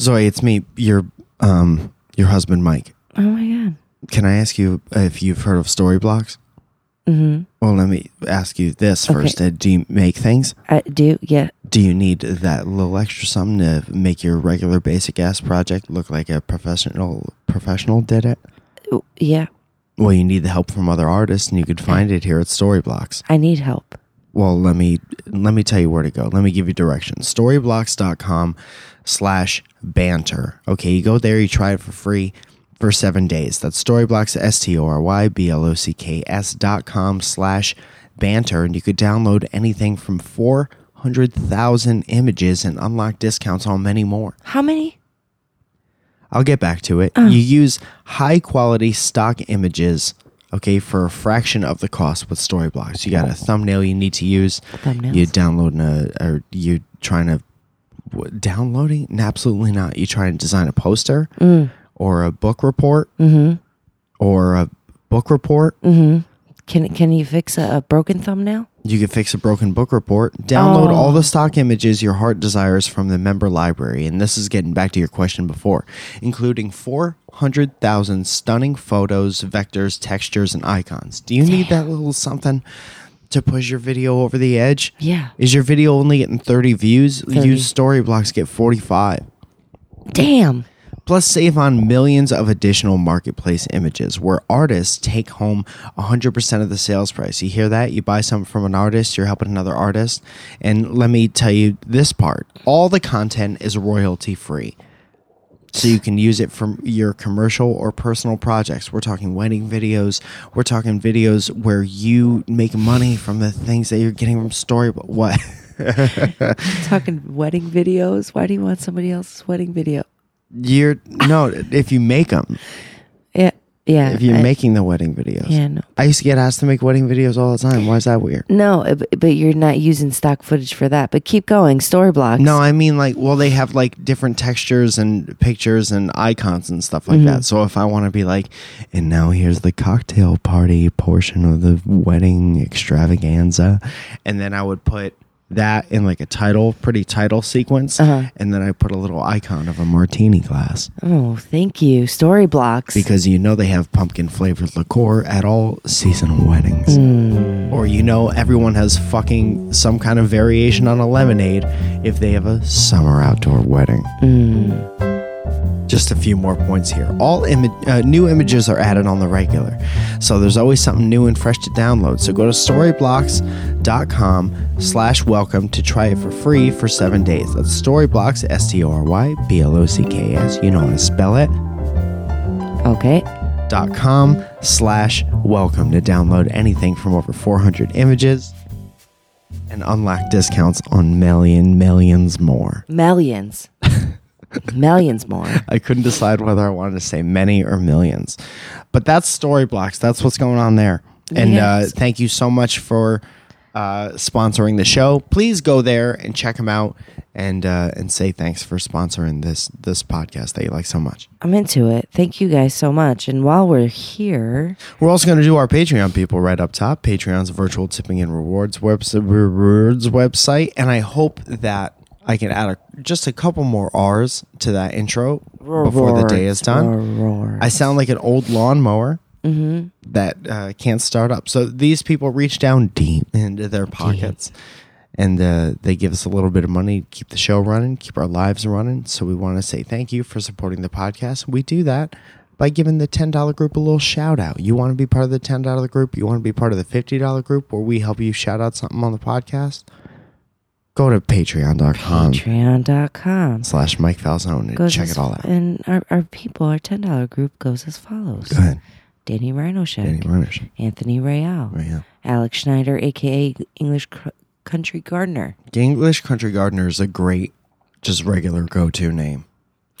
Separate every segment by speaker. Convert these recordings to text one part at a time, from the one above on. Speaker 1: Zoe, it's me, your um your husband Mike.
Speaker 2: Oh my god.
Speaker 1: Can I ask you if you've heard of story blocks?
Speaker 2: Mm-hmm.
Speaker 1: Well, let me ask you this
Speaker 2: Okay.
Speaker 1: first. Uh, do you make things?
Speaker 2: I do. Yeah.
Speaker 1: Do you need that little extra something to make your regular basic ass project look like a professional professional did it?
Speaker 2: Oh, Yeah.
Speaker 1: Well, you need the help from other artists, and you could find it here at Storyblocks.
Speaker 2: I need help.
Speaker 1: Well, let me let me tell you where to go. Let me give you directions. Storyblocks.com slash banter. Okay, you go there, you try it for free for seven days. That's Storyblocks S T O R Y B L O C K S dot com slash banter, and you could download anything from four hundred thousand images and unlock discounts on many more.
Speaker 2: How many?
Speaker 1: I'll get back to it. You use high quality stock images, okay, for a fraction of the cost with Storyblocks. You got a thumbnail you need to use.
Speaker 2: Thumbnails.
Speaker 1: You're downloading a, or you trying to what, downloading? No, absolutely not. You trying to design a poster or a book report or a book report.
Speaker 2: Can Can you fix a, a broken thumbnail?
Speaker 1: You can fix a broken book report. Download all the stock images your heart desires from the member library. And this is getting back to your question before, including 400,000 stunning photos, vectors, textures, and icons. Do you need that little something to push your video over the edge?
Speaker 2: Yeah.
Speaker 1: Is your video only getting 30 views? Use Storyblocks, get 45.
Speaker 2: Damn.
Speaker 1: Plus, save on millions of additional marketplace images where artists take home 100% of the sales price. You hear that? You buy something from an artist, you're helping another artist. And let me tell you this part all the content is royalty free. So you can use it for your commercial or personal projects. We're talking wedding videos. We're talking videos where you make money from the things that you're getting from story. What?
Speaker 2: Talking wedding videos. Why do you want somebody else's wedding video?
Speaker 1: You're no. If you make them,
Speaker 2: Yeah. Yeah.
Speaker 1: if you're
Speaker 2: I-
Speaker 1: making the wedding videos,
Speaker 2: Yeah. No.
Speaker 1: I used to get asked to make wedding videos all the time. Why is that weird?
Speaker 2: No, uh, b- but you're not using stock footage for that. But keep going. Story blocks.
Speaker 1: No, I mean like, well, they have like different textures and pictures and icons and stuff like that. So if I want to be like, and now here's the cocktail party portion of the wedding extravaganza, and then I would put that in like a title, pretty title sequence, and then I put a little icon of a martini glass
Speaker 2: Oh, thank you. Story blocks.
Speaker 1: because you know they have pumpkin flavored liqueur at all seasonal weddings. Or you know everyone has fucking some kind of variation on a lemonade if they have a summer outdoor wedding. Just a few more points here. All ima- uh, new images are added on the regular, so there's always something new and fresh to download. So go to storyblocks.com/welcome to try it for free for seven days. That's Storyblocks, S-T-O-R-Y-B-L-O-C-K-S. You know how to spell it
Speaker 2: okay.
Speaker 1: dot com slash welcome to download anything from over 400 images and unlock discounts on million millions more
Speaker 2: Millions. Millions more.
Speaker 1: i couldn't decide whether i wanted to say many or millions but that's story blocks that's what's going on there and uh,
Speaker 2: Yes.
Speaker 1: thank you so much for uh, sponsoring the show please go there and check them out and uh, and say thanks for sponsoring this this podcast that you like so much
Speaker 2: I'm into it. Thank you guys so much. And while we're here,
Speaker 1: We're also going to do our Patreon people right up top. Patreon's virtual tipping and rewards webs- rewards website, and I hope that I can add a, just a couple more R's to that intro before the day is done. I sound like an old lawnmower that uh, can't start up. So these people reach down deep into their pockets and uh, they give us a little bit of money to keep the show running, keep our lives running. So we want to say thank you for supporting the podcast. We do that by giving the $10 group a little shout out. You want to be part of the $10 group? You want to be part of the $50 group where we help you shout out something on the podcast? Go to patreon.com
Speaker 2: Patreon.com.
Speaker 1: slash Mike Falzone and
Speaker 2: Goes
Speaker 1: check
Speaker 2: as-
Speaker 1: it all out.
Speaker 2: And our, our people, our $10 group goes as follows
Speaker 1: Go ahead.
Speaker 2: Danny Rhinoshek,
Speaker 1: Danny Runners.
Speaker 2: Anthony Rayal,
Speaker 1: Right here.
Speaker 2: Alex Schneider, aka English Cr- Country Gardener,
Speaker 1: The English Country Gardener is a great, just regular go to name.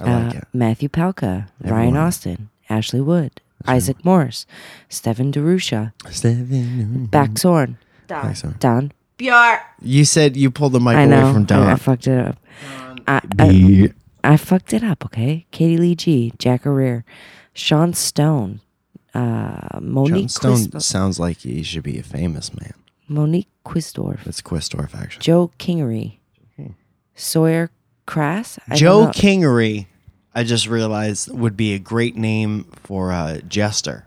Speaker 1: I like
Speaker 2: uh,
Speaker 1: it.
Speaker 2: Matthew Palka, Ryan Austin, Ashley Wood, Isaac Morse, Stefan Derusha,
Speaker 1: Mm-hmm. Steven.
Speaker 2: Back Zorn, Don,
Speaker 1: Zorn.
Speaker 2: Don.
Speaker 1: You said you pulled the mic
Speaker 2: I know.
Speaker 1: away from
Speaker 2: I, I
Speaker 1: Don.
Speaker 2: fucked it up. I, I,
Speaker 1: Yeah.
Speaker 2: I fucked it up, okay? Katie Lee G, Jack Arrear, Sean Stone, uh,
Speaker 1: John
Speaker 2: Monique,
Speaker 1: Stone
Speaker 2: Quist-
Speaker 1: sounds like he should be a famous man.
Speaker 2: Monique Quisdorf,
Speaker 1: That's Quistorf, actually.
Speaker 2: Joe Kingery, Sawyer Crass. I don't
Speaker 1: Joe
Speaker 2: know.
Speaker 1: Kingery I just realized would be a great name for uh, Jester.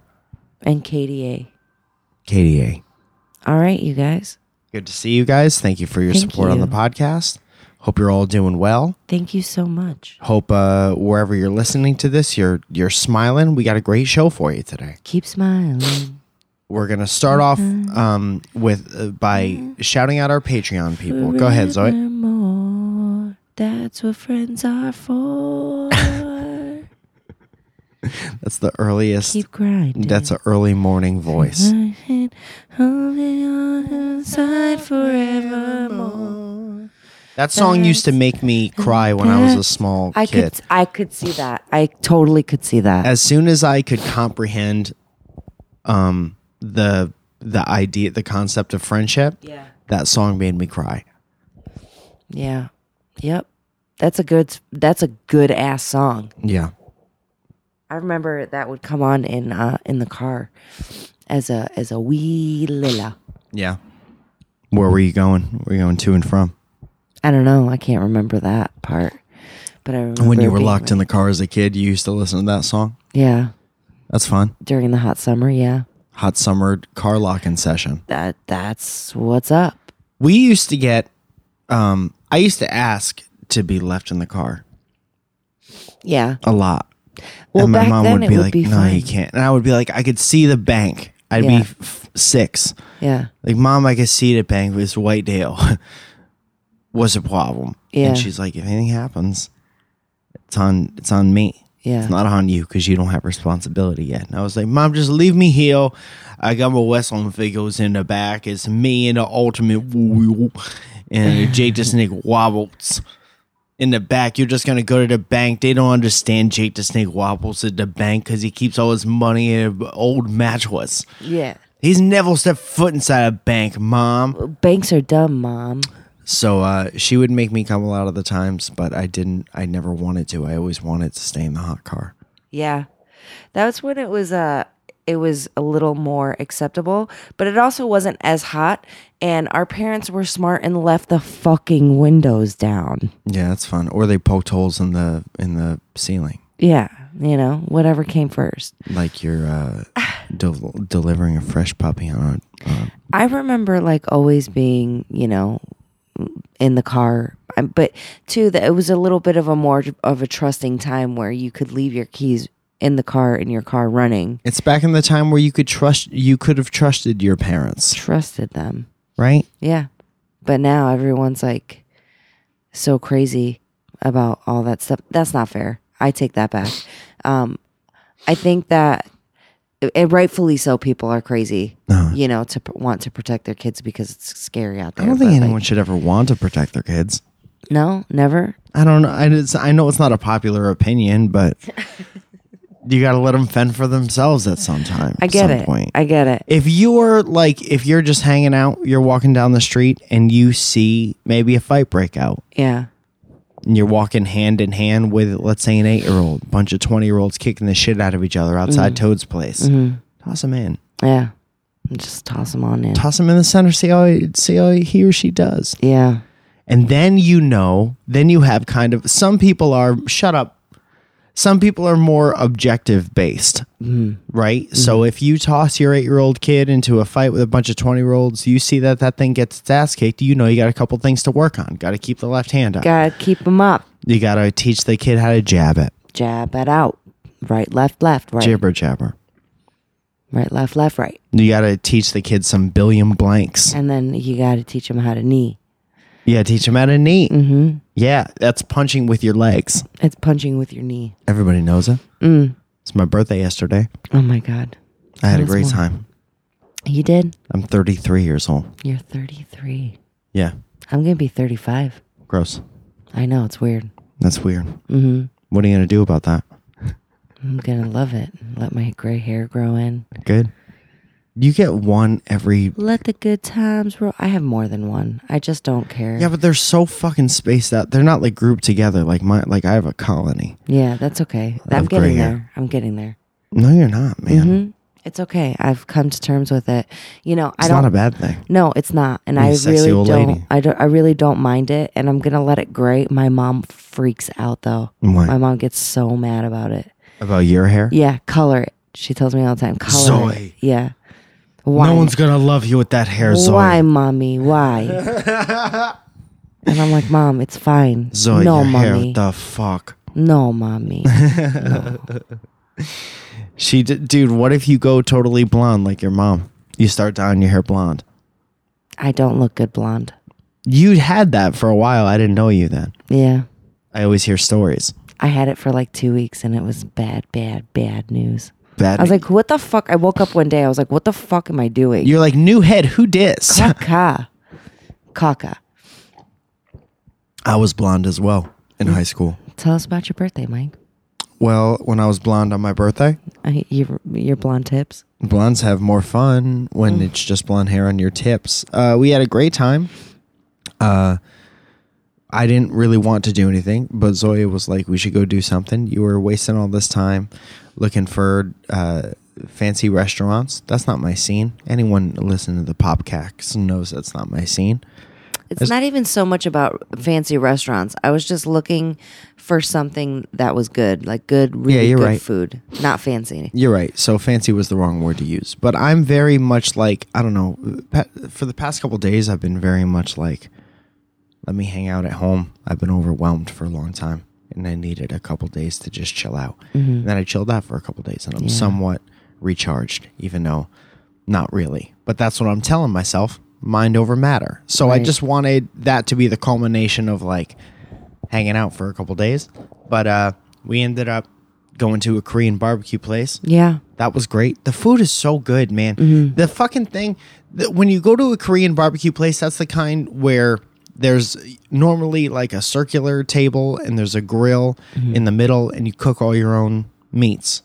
Speaker 2: and KDA.
Speaker 1: KDA.
Speaker 2: All right, you guys.
Speaker 1: Good to see you guys. Thank you for your
Speaker 2: Thank
Speaker 1: support on
Speaker 2: you.
Speaker 1: the podcast. Hope you're all doing well.
Speaker 2: Thank you so much.
Speaker 1: Hope uh, wherever you're listening to this, you're you're smiling. We got a great show for you today.
Speaker 2: Keep smiling.
Speaker 1: We're gonna start off
Speaker 2: Mm-hmm.
Speaker 1: um, with uh, by shouting out our Patreon people. Go ahead,
Speaker 2: Mm-hmm.
Speaker 1: Zoe.
Speaker 2: Forevermore. That's what friends are for.
Speaker 1: That's the earliest.
Speaker 2: Keep Mm-hmm. grinding.
Speaker 1: That's an early morning voice.
Speaker 2: Grinding, holding on inside forevermore.
Speaker 1: That song used to make me cry when I was a small
Speaker 2: I
Speaker 1: kid.
Speaker 2: could, I could see that. I totally could see that.
Speaker 1: as soon as I could comprehend um the the idea the concept of friendship,
Speaker 2: yeah.
Speaker 1: that song made me cry.
Speaker 2: Yeah. Yep. That's a good. That's a good ass song.
Speaker 1: Yeah.
Speaker 2: I remember that would come on in uh, in the car as a as a wee lilla.
Speaker 1: Yeah. Where were you going? Were you going to and from?
Speaker 2: I don't know. I can't remember that part, but I remember
Speaker 1: When you were
Speaker 2: being
Speaker 1: locked in the car as a kid, you used to listen to that song.
Speaker 2: like- Yeah,
Speaker 1: That's fun.
Speaker 2: during the hot summer. Yeah,
Speaker 1: Hot summer car locking session.
Speaker 2: that that's what's up.
Speaker 1: We used to get um I used to ask to be left in the car
Speaker 2: Yeah,
Speaker 1: a lot.
Speaker 2: Well,
Speaker 1: and my
Speaker 2: back
Speaker 1: mom
Speaker 2: then
Speaker 1: would
Speaker 2: it
Speaker 1: be
Speaker 2: would
Speaker 1: like,
Speaker 2: be
Speaker 1: "No,
Speaker 2: fine."
Speaker 1: you can't." And I would be like, "I could see the bank." I'd
Speaker 2: Yeah.
Speaker 1: be f- six.
Speaker 2: yeah,
Speaker 1: Like, mom, I could see the bank. This white deal was a problem.
Speaker 2: Yeah.
Speaker 1: And she's like, if anything happens, it's on it's on me.
Speaker 2: Yeah.
Speaker 1: It's not on you because you don't have responsibility yet. And I was like, Mom, just leave me here. I got my wrestling figures in the back. It's me and the ultimate woo and Jake the Snake wobbles in the back. You're just gonna go to the bank. They don't understand Jake the Snake wobbles at the bank because he keeps all his money in an old mattress.
Speaker 2: yeah.
Speaker 1: He's never stepped foot inside a bank, mom.
Speaker 2: Banks are dumb, mom.
Speaker 1: So uh, she would make me come a lot of the times, but I didn't. I never wanted to. I always wanted to stay in the hot car.
Speaker 2: Yeah, that's when it was uh it was a little more acceptable, but it also wasn't as hot. And our parents were smart and left the fucking windows down.
Speaker 1: Yeah, that's fun. Or they poked holes in the in the ceiling,
Speaker 2: Yeah, you know, whatever came first.
Speaker 1: like you're uh, del- delivering a fresh puppy on. A, on
Speaker 2: I remember like always being, you know, in the car, I- but too that it was a little bit of a more of a trusting time where you could leave your keys in the car and your car running.
Speaker 1: it's back in the time where you could trust. You could have trusted your parents,
Speaker 2: Trusted them,
Speaker 1: right?
Speaker 2: yeah. But now everyone's like so crazy about all that stuff. That's not fair. I take that back. Um, I think that, and rightfully so, people are crazy. You know, to pr- want to protect their kids because it's scary out there.
Speaker 1: Uh-huh. I don't think
Speaker 2: but, like,
Speaker 1: anyone should ever want to protect their kids.
Speaker 2: No, never.
Speaker 1: I don't know. I, it's, I know it's not a popular opinion, but you got to let them fend for themselves at some time.
Speaker 2: I get
Speaker 1: some
Speaker 2: it.
Speaker 1: Point.
Speaker 2: I get it.
Speaker 1: if you're like, if you're just hanging out, you're walking down the street and you see maybe a fight break out,
Speaker 2: Yeah.
Speaker 1: and you're walking hand in hand with, let's say, an eight year old, bunch of 20 year olds kicking the shit out of each other outside Toad's place, toss them in.
Speaker 2: Yeah. Just toss them on in.
Speaker 1: Toss them in the center, see how, he- see how he or she does.
Speaker 2: Yeah.
Speaker 1: And then you know, then you have kind of some people are shut up. Some people are more objective based, right? So if you toss your eight year old kid into a fight with a bunch of 20 year olds, you see that that thing gets its ass kicked. You know, you got a couple things to work on. Got to keep the left hand up.
Speaker 2: Gotta keep them up.
Speaker 1: you got to teach the kid how to jab it.
Speaker 2: Jab it out. Right, left, left, right.
Speaker 1: Jibber jabber.
Speaker 2: Right, left, left, right.
Speaker 1: You got to teach the kid some billion blanks.
Speaker 2: And then you gotta teach them how to knee.
Speaker 1: Yeah, teach him how to knee. Mm-hmm. Yeah, that's punching with your legs.
Speaker 2: It's punching with your knee.
Speaker 1: Everybody knows it.
Speaker 2: Mm.
Speaker 1: It's my birthday yesterday.
Speaker 2: Oh my God.
Speaker 1: I had a
Speaker 2: That's
Speaker 1: great
Speaker 2: more.
Speaker 1: time.
Speaker 2: You did?
Speaker 1: I'm 33 years old.
Speaker 2: You're 33.
Speaker 1: Yeah.
Speaker 2: I'm gonna be 35.
Speaker 1: Gross.
Speaker 2: I know, it's weird.
Speaker 1: That's weird. Mm-hmm. What are you going to do about that?
Speaker 2: I'm gonna love it. Let my gray hair grow in.
Speaker 1: Good. You get one every.
Speaker 2: Let the good times roll. I have more than one. I just don't care.
Speaker 1: Yeah, but they're so fucking spaced out. They're not like grouped together. Like my, like I have a colony.
Speaker 2: Yeah, that's okay.
Speaker 1: I
Speaker 2: I'm
Speaker 1: have gray
Speaker 2: getting
Speaker 1: hair.
Speaker 2: there. I'm getting there.
Speaker 1: No, you're not, man.
Speaker 2: It's okay. I've come to terms with it. You know, I
Speaker 1: It's
Speaker 2: don't.
Speaker 1: not a bad thing.
Speaker 2: no, it's not, and
Speaker 1: You're a
Speaker 2: I
Speaker 1: sexy
Speaker 2: really
Speaker 1: old
Speaker 2: don't.
Speaker 1: lady.
Speaker 2: I don't. I really don't mind it, and I'm gonna let it gray. My mom freaks out though.
Speaker 1: Why?
Speaker 2: My mom gets so mad about it.
Speaker 1: About your hair?
Speaker 2: Um, Yeah, color it. She tells me all the time. Color it.
Speaker 1: Zoe.
Speaker 2: Yeah. Why?
Speaker 1: No one's gonna love you with that hair, Zoe.
Speaker 2: Why, mommy? Why? and I'm like, mom, it's fine.
Speaker 1: Zoe,
Speaker 2: no,
Speaker 1: your hair.
Speaker 2: mommy.
Speaker 1: What the fuck?
Speaker 2: no, mommy.
Speaker 1: She, d- dude. What if you go totally blonde like your mom? You start dyeing your hair blonde.
Speaker 2: I don't look good blonde.
Speaker 1: You had that for a while. I didn't know you then.
Speaker 2: Yeah.
Speaker 1: I always hear stories.
Speaker 2: I had it for like two weeks and it was bad, bad, bad news.
Speaker 1: Bad.
Speaker 2: I was like, what the fuck? I woke up one day. I was like, what the fuck am I doing?
Speaker 1: you're like new head. Who dis?
Speaker 2: Caca. Caca.
Speaker 1: I was blonde as well in high school.
Speaker 2: Tell us about your birthday, Mike.
Speaker 1: Well, when I was blonde on my birthday,
Speaker 2: I, your, your blonde tips.
Speaker 1: blondes have more fun when it's just blonde hair on your tips. Uh, we had a great time. Uh, I didn't really want to do anything, but Zoya was like, "We should go do something." You were wasting all this time looking for uh, fancy restaurants. That's not my scene. Anyone listening to the podcast knows that's not my scene.
Speaker 2: It's not even so much about fancy restaurants. I was just looking for something that was good, like good, really
Speaker 1: you're
Speaker 2: good
Speaker 1: right.
Speaker 2: food, not fancy.
Speaker 1: You're right. So fancy was the wrong word to use. But I'm very much like I don't know. pa- For the past couple days, I've been very much like, let me hang out at home. I've been overwhelmed for a long time, and I needed a couple days to just chill out. And then I chilled out for a couple days, and I'm somewhat recharged, even though not really. But that's what I'm telling myself: mind over matter. So I
Speaker 2: Right.
Speaker 1: just wanted that to be the culmination of like hanging out for a couple days. But uh, we ended up going to a Korean barbecue place.
Speaker 2: Yeah.
Speaker 1: That was great. The food is so good, man. The fucking thing that when you go to a Korean barbecue place, that's the kind where there's normally like a circular table and there's a grill in the middle and you cook all your own meats.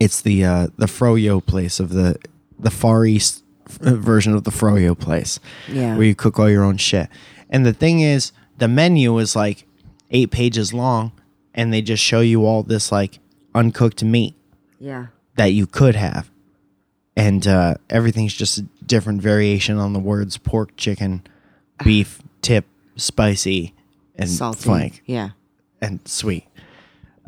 Speaker 1: It's the uh, the froyo place of the the far east uh, version of the froyo place.
Speaker 2: Yeah.
Speaker 1: Where you cook all your own shit. And the thing is, the menu is like 8 pages long and they just show you all this like uncooked meat
Speaker 2: Yeah.
Speaker 1: that you could have. And uh, everything's just a different variation on the words pork, chicken, beef, tip, spicy, and
Speaker 2: Ah. Salty.
Speaker 1: flank,
Speaker 2: Yeah.
Speaker 1: and sweet.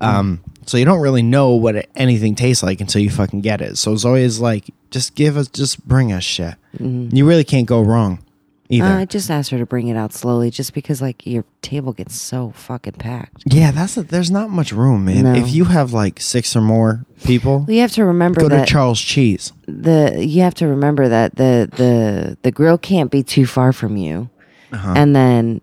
Speaker 1: Um, so you don't really know what it- anything tastes like until you fucking get it. So it's always like, just give us, just bring us shit. You really can't go wrong either.
Speaker 2: Mm-hmm. Uh, I just asked her to bring it out slowly just because, like, your table gets so fucking packed.
Speaker 1: yeah, that's a, there's not much room, man.
Speaker 2: No.
Speaker 1: If you have like six or more people,
Speaker 2: Well, you have to remember
Speaker 1: go to
Speaker 2: that
Speaker 1: Charles Cheese.
Speaker 2: the you have to remember that the the the grill can't be too far from you,
Speaker 1: Uh-huh.
Speaker 2: and then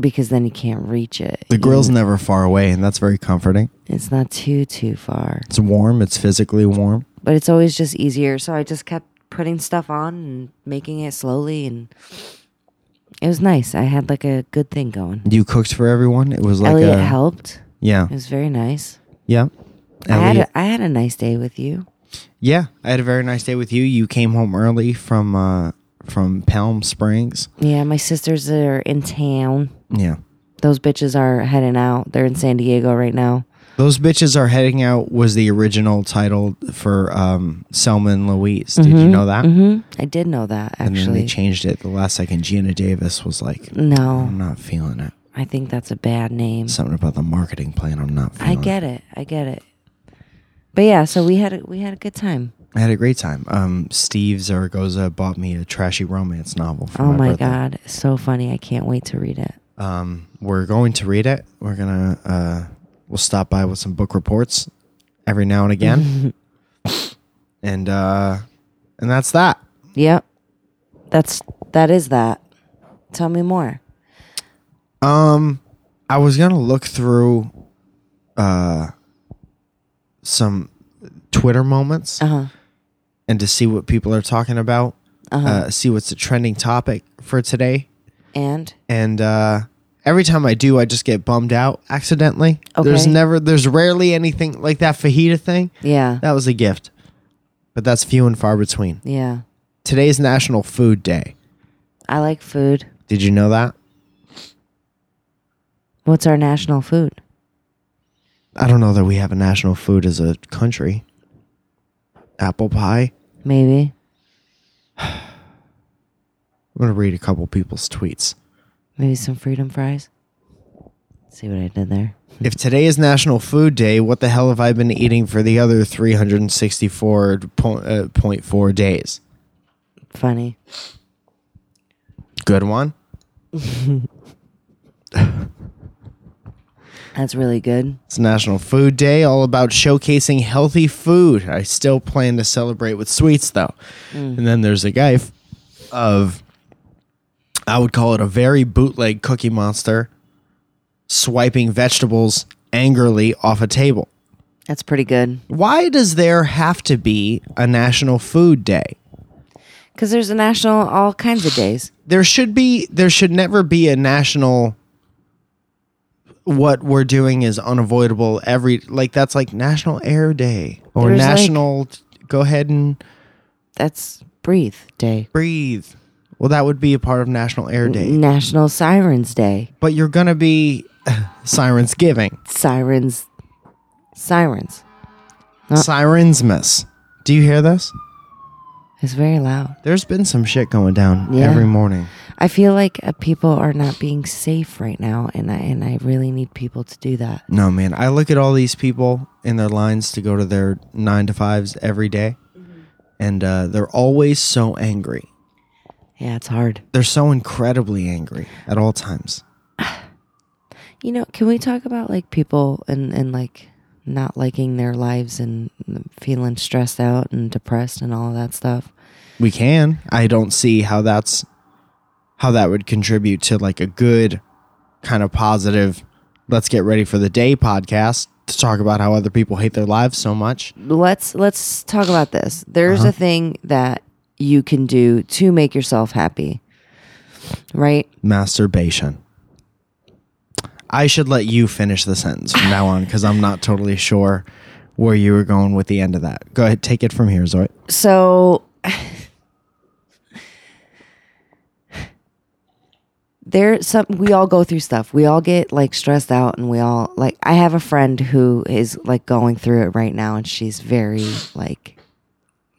Speaker 2: because then you can't reach it.
Speaker 1: The
Speaker 2: You-
Speaker 1: grill's never far away, and that's very comforting.
Speaker 2: It's not too too far.
Speaker 1: It's warm. It's physically warm.
Speaker 2: but it's always just easier. So I just kept putting stuff on and making it slowly, and it was nice. I had like a good thing going.
Speaker 1: You cooked for everyone. It was like
Speaker 2: Elliot
Speaker 1: a
Speaker 2: helped.
Speaker 1: yeah,
Speaker 2: It was very nice.
Speaker 1: yeah.
Speaker 2: I had
Speaker 1: Elliot-
Speaker 2: a, I had a nice day with you.
Speaker 1: yeah, I had a very nice day with you. You came home early from uh from Palm Springs.
Speaker 2: Yeah, my sisters are in town.
Speaker 1: Yeah,
Speaker 2: Those bitches are heading out. They're in San Diego right now.
Speaker 1: those bitches are heading out was the original title for um Selma and Louise. Did you know that?
Speaker 2: hmm I did know that
Speaker 1: And then they
Speaker 2: actually. Mm.
Speaker 1: changed it the last second. Gina Davis was like,
Speaker 2: no,
Speaker 1: "I'm not feeling it.
Speaker 2: I think that's a bad name.
Speaker 1: Something about the marketing plan. I'm not feeling."
Speaker 2: I get it. I get it. But yeah, so we had a, we had a good time.
Speaker 1: I had a great time. Um, Steve Zaragoza bought me a trashy romance novel. For
Speaker 2: Oh my,
Speaker 1: birthday.
Speaker 2: god, so funny! I can't wait to read it.
Speaker 1: Um, we're going to read it. We're gonna uh, we'll stop by with some book reports every now and again, and uh, and that's that.
Speaker 2: Yep, that's that is that. Tell me more.
Speaker 1: Um, I was gonna look through uh some Twitter moments
Speaker 2: Uh huh.
Speaker 1: and to see what people are talking about, uh, see what's the trending topic for today,
Speaker 2: And
Speaker 1: and uh, every time I do, I just get bummed out accidentally. There's
Speaker 2: Okay.
Speaker 1: never, there's rarely anything like that fajita thing.
Speaker 2: yeah,
Speaker 1: That was a gift, but that's few and far between.
Speaker 2: yeah.
Speaker 1: Today's National Food Day.
Speaker 2: I like food.
Speaker 1: Did you know that?
Speaker 2: What's our national food?
Speaker 1: I don't know that we have a national food as a country. Apple pie.
Speaker 2: Maybe.
Speaker 1: I'm gonna read a couple people's tweets.
Speaker 2: Maybe some freedom fries. See what I did there?
Speaker 1: If today is National Food Day, what the hell have I been eating for the other 364.4 uh, days?
Speaker 2: Funny.
Speaker 1: Good one.
Speaker 2: That's really good.
Speaker 1: It's National Food Day, all about showcasing healthy food. I still plan to celebrate with sweets, though. And then there's a guy f- of, I would call it a very bootleg cookie monster, swiping vegetables angrily off a table.
Speaker 2: That's pretty good.
Speaker 1: Why does there have to be a National Food Day?
Speaker 2: Because there's a national all kinds of days.
Speaker 1: there should be there should never be a national what we're doing is unavoidable every like that's like national air day or
Speaker 2: There's, like-
Speaker 1: national go ahead and
Speaker 2: That's breathe day.
Speaker 1: breathe well that would be a part of national air
Speaker 2: Mm-hmm.
Speaker 1: day
Speaker 2: National Sirens Day.
Speaker 1: but you're gonna be sirens giving
Speaker 2: Sirens. Sirens. Uh.
Speaker 1: sirens miss do you hear this
Speaker 2: It's very loud.
Speaker 1: there's been some shit going down
Speaker 2: Yeah.
Speaker 1: every morning
Speaker 2: I feel like uh, people are not being safe right now, and I and I really need people to do that.
Speaker 1: No, man. I look at all these people in their lines to go to their nine to fives every day,
Speaker 2: Mm-hmm.
Speaker 1: and uh, they're always so angry.
Speaker 2: Yeah, it's hard.
Speaker 1: They're so incredibly angry at all times.
Speaker 2: You know, can we talk about like people and and like not liking their lives and feeling stressed out and depressed and all of that stuff?
Speaker 1: We can. I don't see how that's how that would contribute to like a good kind of positive. Let's get ready for the day podcast to talk about how other people hate their lives so much.
Speaker 2: let's let's talk about this. There's a thing that you can do to make yourself happy. Right?
Speaker 1: Masturbation. I should let you finish the sentence from now on because I'm not totally sure where you were going with the end of that. Go ahead, take it from here, Zoe.
Speaker 2: So there some we all go through stuff. We all get like stressed out and we all like I have a friend who is like going through it right now and she's very like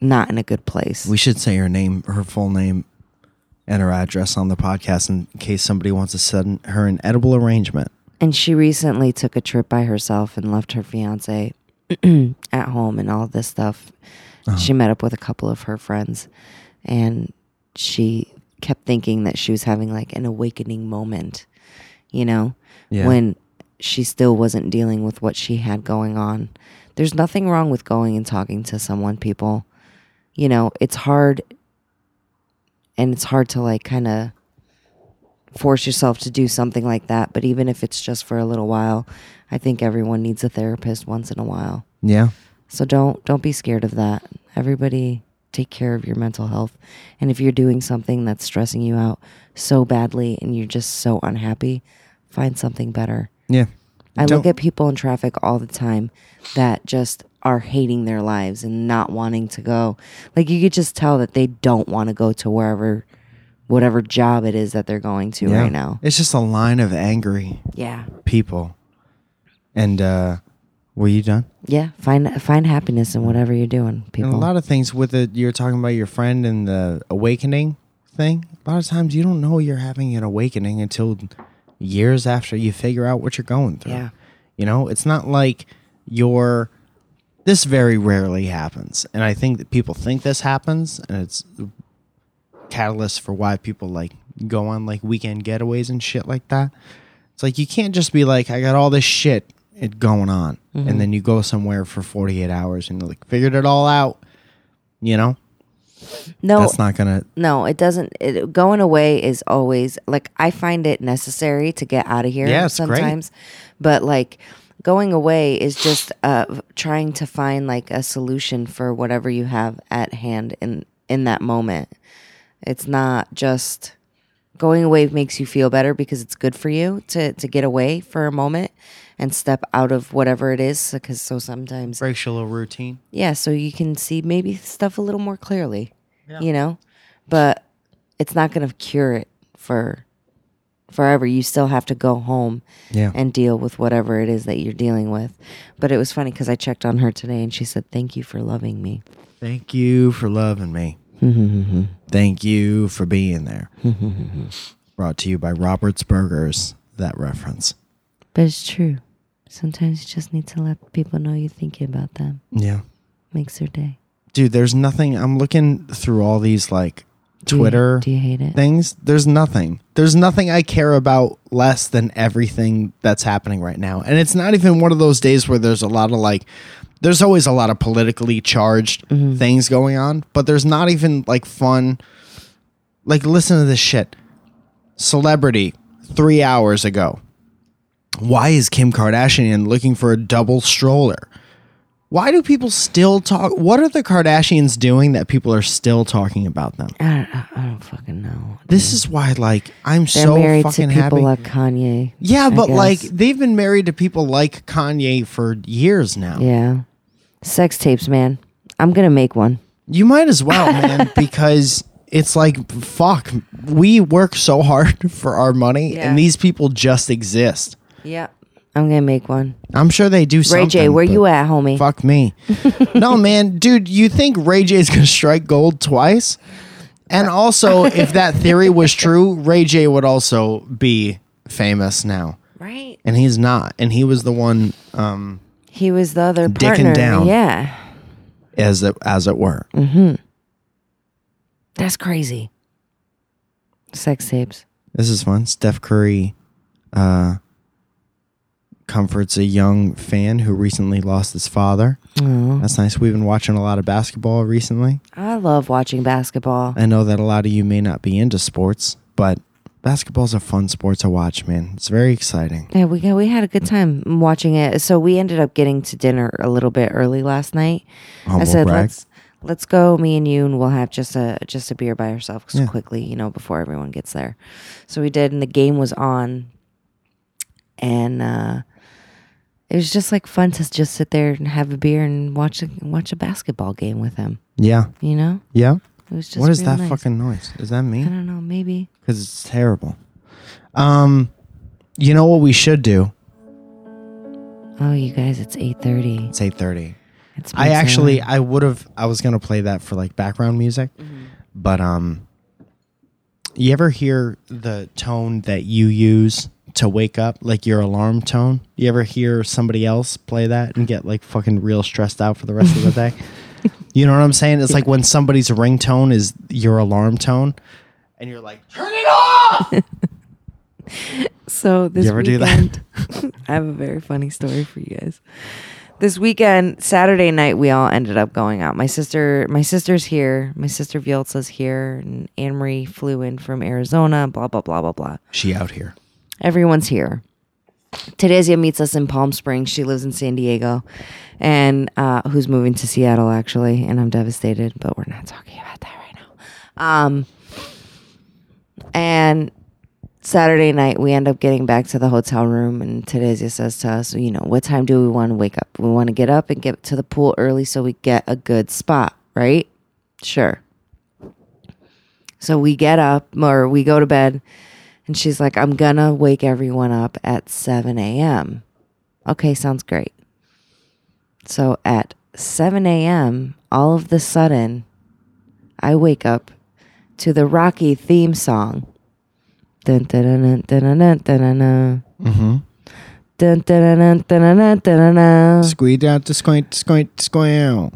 Speaker 2: not in a good place.
Speaker 1: We should say her name, her full name, and her address on the podcast in case somebody wants to send her an edible arrangement.
Speaker 2: And she recently took a trip by herself and left her fiance at home and all this stuff. She met up with a couple of her friends and she kept thinking that she was having like an awakening moment, you know,
Speaker 1: Yeah.
Speaker 2: when she still wasn't dealing with what she had going on. There's nothing wrong with going and talking to someone, people. You know, it's hard and it's hard to like kind of force yourself to do something like that. But even if it's just for a little while, I think everyone needs a therapist once in a while.
Speaker 1: Yeah.
Speaker 2: So don't don't be scared of that. Everybody take care of your mental health. And if you're doing something that's stressing you out so badly and you're just so unhappy, find something better.
Speaker 1: Yeah.
Speaker 2: I
Speaker 1: Don't-
Speaker 2: look at people in traffic all the time that just are hating their lives and not wanting to go. Like you could just tell that they don't want to go to wherever whatever job it is that they're going to
Speaker 1: Yeah.
Speaker 2: right now.
Speaker 1: It's just a line of angry
Speaker 2: Yeah.
Speaker 1: people. And uh were you done?
Speaker 2: Yeah, find find happiness in whatever you're doing, people.
Speaker 1: And a lot of things with it, you're talking about your friend and the awakening thing. A lot of times you don't know you're having an awakening until years after you figure out what you're going through.
Speaker 2: Yeah.
Speaker 1: You know, it's not like you're. This very rarely happens. And I think that people think this happens, and it's a catalyst for why people like go on like weekend getaways and shit like that. It's like you can't just be like, I got all this shit it going on, and then you go somewhere for 48 hours and you're like, figured it all out. You know,
Speaker 2: no,
Speaker 1: that's not gonna.
Speaker 2: no, it doesn't. It, going away is always like I find it necessary to get out of here
Speaker 1: Yeah, it's great.
Speaker 2: sometimes, but like going away is just uh, trying to find like a solution for whatever you have at hand in in that moment. It's not just going away makes you feel better because it's good for you to to get away for a moment and step out of whatever it is because so sometimes
Speaker 1: Breaks your little routine.
Speaker 2: yeah so you can see maybe stuff a little more clearly you know but it's not going to cure it for forever, you still have to go home
Speaker 1: Yeah.
Speaker 2: and deal with whatever it is that you're dealing with. But it was funny because I checked on her today and she said, Thank you for loving me.
Speaker 1: Thank you for loving me. Thank you for being there. Brought to you by Robert's Burgers. That reference.
Speaker 2: But it's true. Sometimes you just need to let people know you're thinking about them.
Speaker 1: Yeah.
Speaker 2: Makes their day.
Speaker 1: Dude, there's nothing. I'm looking through all these like
Speaker 2: Do you-
Speaker 1: Twitter
Speaker 2: Do you, hate it?
Speaker 1: things. There's nothing. There's nothing I care about less than everything that's happening right now. And it's not even one of those days where there's a lot of like, there's always a lot of politically charged things going on, but there's not even like fun. Like, listen to this shit. Celebrity three hours ago. Why is Kim Kardashian looking for a double stroller? Why do people still talk? What are the Kardashians doing that people are still talking about them?
Speaker 2: I, don't, I- I don't fucking know.
Speaker 1: This is why, like, I'm
Speaker 2: They're
Speaker 1: so
Speaker 2: married to
Speaker 1: fucking
Speaker 2: people
Speaker 1: happy.
Speaker 2: like Kanye.
Speaker 1: yeah,
Speaker 2: I
Speaker 1: but like,
Speaker 2: guess.
Speaker 1: they've been married to people like Kanye for years now.
Speaker 2: Yeah. Sex tapes, man. I'm going to make one.
Speaker 1: You might as well, man, because it's like, fuck, we work so hard for our money,
Speaker 2: Yeah.
Speaker 1: and these people just exist.
Speaker 2: Yeah. I'm going to make one.
Speaker 1: I'm sure they do
Speaker 2: Ray
Speaker 1: something.
Speaker 2: J, where
Speaker 1: but
Speaker 2: you at, homie?
Speaker 1: Fuck me. no, man, dude, you think Ray J's gonna strike gold twice? And also, if that theory was true, Ray J would also be famous now.
Speaker 2: Right.
Speaker 1: and he's not. And he was the one, um,
Speaker 2: He was the other
Speaker 1: Dicking
Speaker 2: partner.
Speaker 1: down.
Speaker 2: Yeah.
Speaker 1: as it as it were.
Speaker 2: Mm. That's crazy. Sex tapes.
Speaker 1: This is fun. Steph Curry uh, comforts a young fan who recently lost his father. That's nice. We've been watching a lot of basketball recently.
Speaker 2: I love watching basketball.
Speaker 1: I know that a lot of you may not be into sports, but basketball's a fun sport to watch, man. It's very exciting.
Speaker 2: Yeah, we got, we had a good time watching it. So we ended up getting to dinner a little bit early last night. I
Speaker 1: Humble
Speaker 2: said,
Speaker 1: brag.
Speaker 2: let's let's go, me and you, and we'll have just a just a beer by ourselves
Speaker 1: Yeah.
Speaker 2: quickly, you know, before everyone gets there. So we did, and the game was on, and uh, it was just like fun to just sit there and have a beer and watch a, watch a basketball game with him.
Speaker 1: Yeah,
Speaker 2: You know,
Speaker 1: yeah.
Speaker 2: it was just
Speaker 1: What is
Speaker 2: real
Speaker 1: that
Speaker 2: nice.
Speaker 1: fucking noise? Is that me?
Speaker 2: I don't know, maybe.
Speaker 1: because it's terrible. Um, you know what we should do?
Speaker 2: Oh, you guys, it's eight thirty.
Speaker 1: It's eight thirty.
Speaker 2: It's been
Speaker 1: I
Speaker 2: so
Speaker 1: actually,
Speaker 2: long.
Speaker 1: I would have, I was gonna play that for like background music, but um, you ever hear the tone that you use to wake up, like your alarm tone? You ever hear somebody else play that and get like fucking real stressed out for the rest of the day? You know what I'm saying? It's like when somebody's ringtone is your alarm tone, and you're like, turn it off.
Speaker 2: So this
Speaker 1: you ever do
Speaker 2: weekend-
Speaker 1: that?
Speaker 2: I have a very funny story for you guys. This weekend, Saturday night, we all ended up going out. My sister, my sister's here. My sister Vielza's here, and Anne Marie flew in from Arizona. Blah blah blah blah blah.
Speaker 1: she out here.
Speaker 2: Everyone's here. Teresia meets us in Palm Springs. She lives in San Diego, and uh, who's moving to Seattle actually. And I'm devastated, but we're not talking about that right now. Um, and Saturday night, we end up getting back to the hotel room, and Teresia says to us, "You know, what time do we want to wake up? We want to get up and get to the pool early so we get a good spot, right? Sure." So we get up or we go to bed, and she's like, I'm gonna wake everyone up at 7 a.m. Okay, sounds great. So at 7 a.m., all of the sudden, I wake up to the Rocky theme song. Dun dun dun dun dun dun dun dun.
Speaker 1: Mm-hmm.
Speaker 2: Dun dun dun dun dun dun dun.
Speaker 1: Squeed out to squint, squint, squint.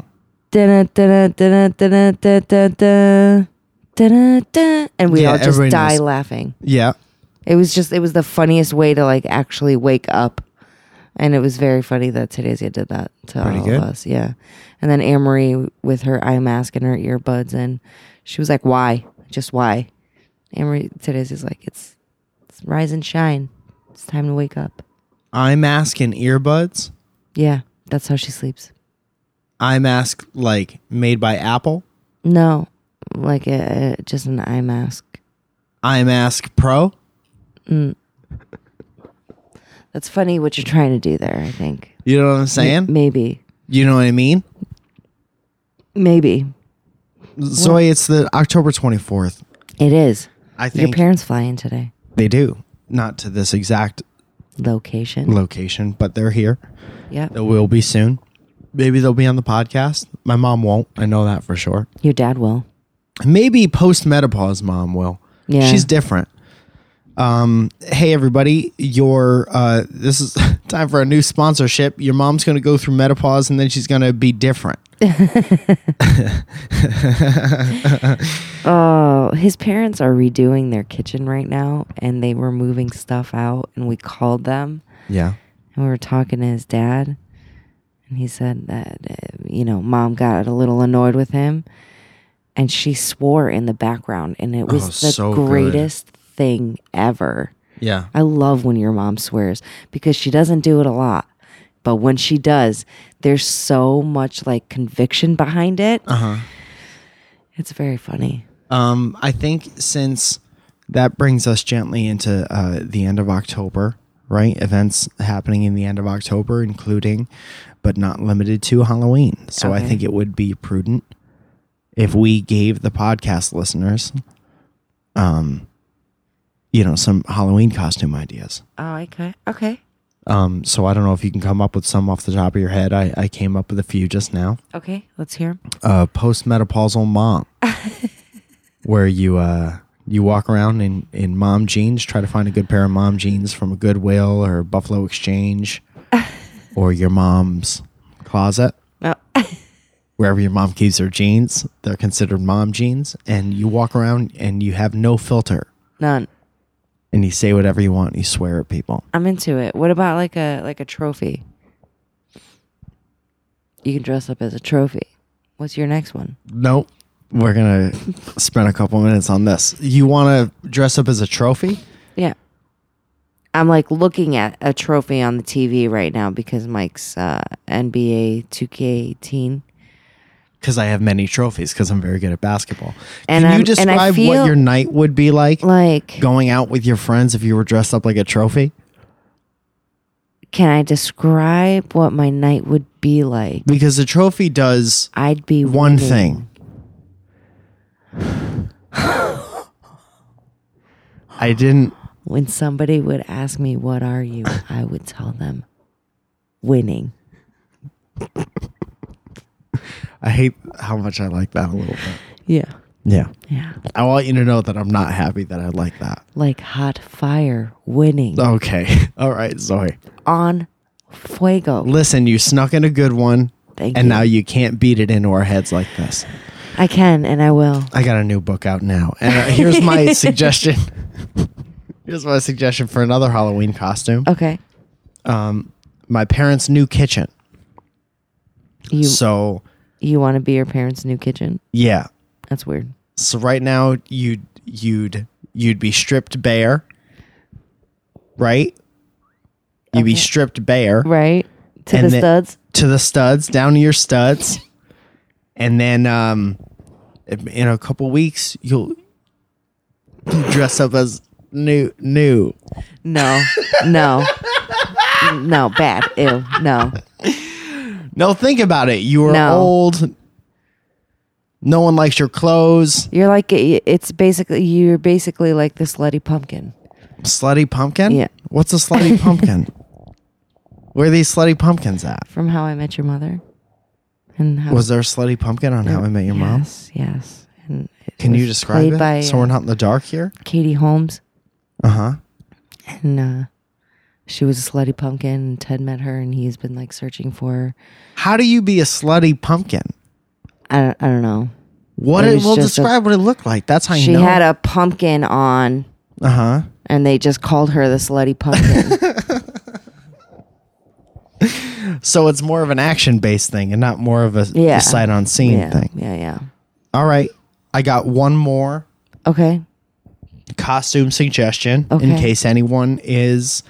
Speaker 2: And we
Speaker 1: Yeah,
Speaker 2: all just
Speaker 1: everybody
Speaker 2: die
Speaker 1: knows.
Speaker 2: laughing.
Speaker 1: Yeah.
Speaker 2: It was just it was the funniest way to like actually wake up. And it was very funny that Teresia did that to
Speaker 1: Pretty
Speaker 2: all
Speaker 1: good.
Speaker 2: of us. Yeah. And then Anne Marie with her eye mask and her earbuds and she was like, Why? Just why? Anne Marie Teresia's like, It's it's rise and shine. It's time to wake up.
Speaker 1: Eye mask and earbuds.
Speaker 2: Yeah. That's how she sleeps.
Speaker 1: Eye mask like made by Apple.
Speaker 2: No. Like a, a- just an eye mask.
Speaker 1: Eye mask Pro.
Speaker 2: That's funny what you're trying to do there, I think.
Speaker 1: You know what I'm saying?
Speaker 2: Maybe.
Speaker 1: You know what I mean?
Speaker 2: Maybe.
Speaker 1: Zoe, it's the October 24th.
Speaker 2: It is.
Speaker 1: I
Speaker 2: Your
Speaker 1: think
Speaker 2: parents fly in today.
Speaker 1: they do. not to this exact
Speaker 2: Location.
Speaker 1: location, but they're here.
Speaker 2: yep.
Speaker 1: They will be soon. Maybe they'll be on the podcast. My mom won't. I know that for sure.
Speaker 2: Your dad will.
Speaker 1: Maybe post menopause mom will.
Speaker 2: Yeah.
Speaker 1: She's different. Um, hey everybody, your uh, this is time for a new sponsorship. Your mom's gonna go through menopause and then she's gonna be different.
Speaker 2: Oh, his parents are redoing their kitchen right now and they were moving stuff out and we called them
Speaker 1: Yeah.
Speaker 2: and we were talking to his dad and he said that uh, you know, mom got a little annoyed with him and she swore in the background and it was
Speaker 1: Oh,
Speaker 2: the
Speaker 1: so good.
Speaker 2: greatest thing ever.
Speaker 1: Yeah.
Speaker 2: I love when your mom swears because she doesn't do it a lot. But when she does, there's so much like conviction behind it.
Speaker 1: Uh-huh.
Speaker 2: It's very funny.
Speaker 1: Um, I think since that brings us gently into uh, the end of October, right? Events happening in the end of October, including but not limited to Halloween. So I
Speaker 2: Okay.
Speaker 1: think it would be prudent if we gave the podcast listeners, um, you know, some Halloween costume ideas.
Speaker 2: Oh, okay. Okay.
Speaker 1: Um, so I don't know if you can come up with some off the top of your head. I, I came up with a few just now
Speaker 2: Okay. Let's hear 'em.
Speaker 1: uh, postmenopausal mom, where you uh, you walk around in, in mom jeans, try to find a good pair of mom jeans from a Goodwill or Buffalo Exchange, or your mom's closet,
Speaker 2: Oh,
Speaker 1: wherever your mom keeps her jeans. They're considered mom jeans, and you walk around and you have no filter,
Speaker 2: none.
Speaker 1: and you say whatever you want, you swear at people.
Speaker 2: I'm into it. What about like a like a trophy? You can dress up as a trophy. What's your next one?
Speaker 1: Nope. We're gonna spend a couple minutes on this. You want to dress up as a trophy?
Speaker 2: Yeah. I'm like looking at a trophy on the TV right now because Mike's uh, NBA 2K18
Speaker 1: because I have many trophies because I'm very good at basketball.
Speaker 2: And
Speaker 1: Can you
Speaker 2: I'm- and I
Speaker 1: describe what
Speaker 2: feel-
Speaker 1: your night would be like
Speaker 2: like
Speaker 1: going out with your friends if you were dressed up like a trophy?
Speaker 2: can I describe what my night would be like?
Speaker 1: Because a trophy does
Speaker 2: I'd be
Speaker 1: one
Speaker 2: winning.
Speaker 1: thing. I didn't.
Speaker 2: When somebody would ask me, "What are you?" I would tell them, "Winning."
Speaker 1: I hate how much I like that a little bit.
Speaker 2: Yeah,
Speaker 1: Yeah.
Speaker 2: yeah,
Speaker 1: I want you to know that I'm not happy that I like that.
Speaker 2: like hot fire, winning
Speaker 1: Okay. All right, Zoe.
Speaker 2: on fuego.
Speaker 1: Listen, you snuck in a good one,
Speaker 2: Thank
Speaker 1: and
Speaker 2: you.
Speaker 1: now you can't beat it into our heads like this.
Speaker 2: I can and I will.
Speaker 1: I got a new book out now, and uh, here's my suggestion. Here's my suggestion for another Halloween costume:
Speaker 2: Okay,
Speaker 1: my parents' new kitchen.
Speaker 2: you
Speaker 1: So
Speaker 2: you want to be your parents' new kitchen?
Speaker 1: yeah,
Speaker 2: That's weird.
Speaker 1: so right now you'd you'd you'd be stripped bare, right? You'd be stripped bare
Speaker 2: right? To
Speaker 1: And
Speaker 2: the
Speaker 1: the-
Speaker 2: studs.
Speaker 1: to the studs, down to your studs, and then um, in a couple weeks you'll dress up as new new
Speaker 2: No, no, no, bad. Ew, no.
Speaker 1: No, think about it. You were
Speaker 2: No.
Speaker 1: old. No one likes your clothes.
Speaker 2: You're like it's basically you're basically like the slutty pumpkin.
Speaker 1: Slutty pumpkin?
Speaker 2: Yeah.
Speaker 1: What's a slutty pumpkin? Where are these slutty pumpkins at?
Speaker 2: from How I Met Your Mother, and how
Speaker 1: Was there a slutty pumpkin on How I Met Your Mom?
Speaker 2: yes, yes. And it
Speaker 1: Can you
Speaker 2: was
Speaker 1: describe
Speaker 2: played
Speaker 1: it?
Speaker 2: By
Speaker 1: so
Speaker 2: uh,
Speaker 1: we're not in the dark here?
Speaker 2: Katie Holmes,
Speaker 1: Uh huh.
Speaker 2: and uh, she was a slutty pumpkin. And Ted met her, and he's been like searching for her.
Speaker 1: How do you be a slutty pumpkin?
Speaker 2: I don't, I don't know.
Speaker 1: What
Speaker 2: It
Speaker 1: it,
Speaker 2: was
Speaker 1: will
Speaker 2: just a-
Speaker 1: describe what it looked like. That's how
Speaker 2: She
Speaker 1: you know.
Speaker 2: had a pumpkin on,
Speaker 1: uh huh.
Speaker 2: and they just called her the slutty pumpkin.
Speaker 1: So it's more of an action based thing and not more of a
Speaker 2: Yeah.
Speaker 1: sight on scene
Speaker 2: yeah,
Speaker 1: thing.
Speaker 2: yeah, yeah.
Speaker 1: All right. I got one more
Speaker 2: Okay,
Speaker 1: costume suggestion in
Speaker 2: Okay.
Speaker 1: case anyone is,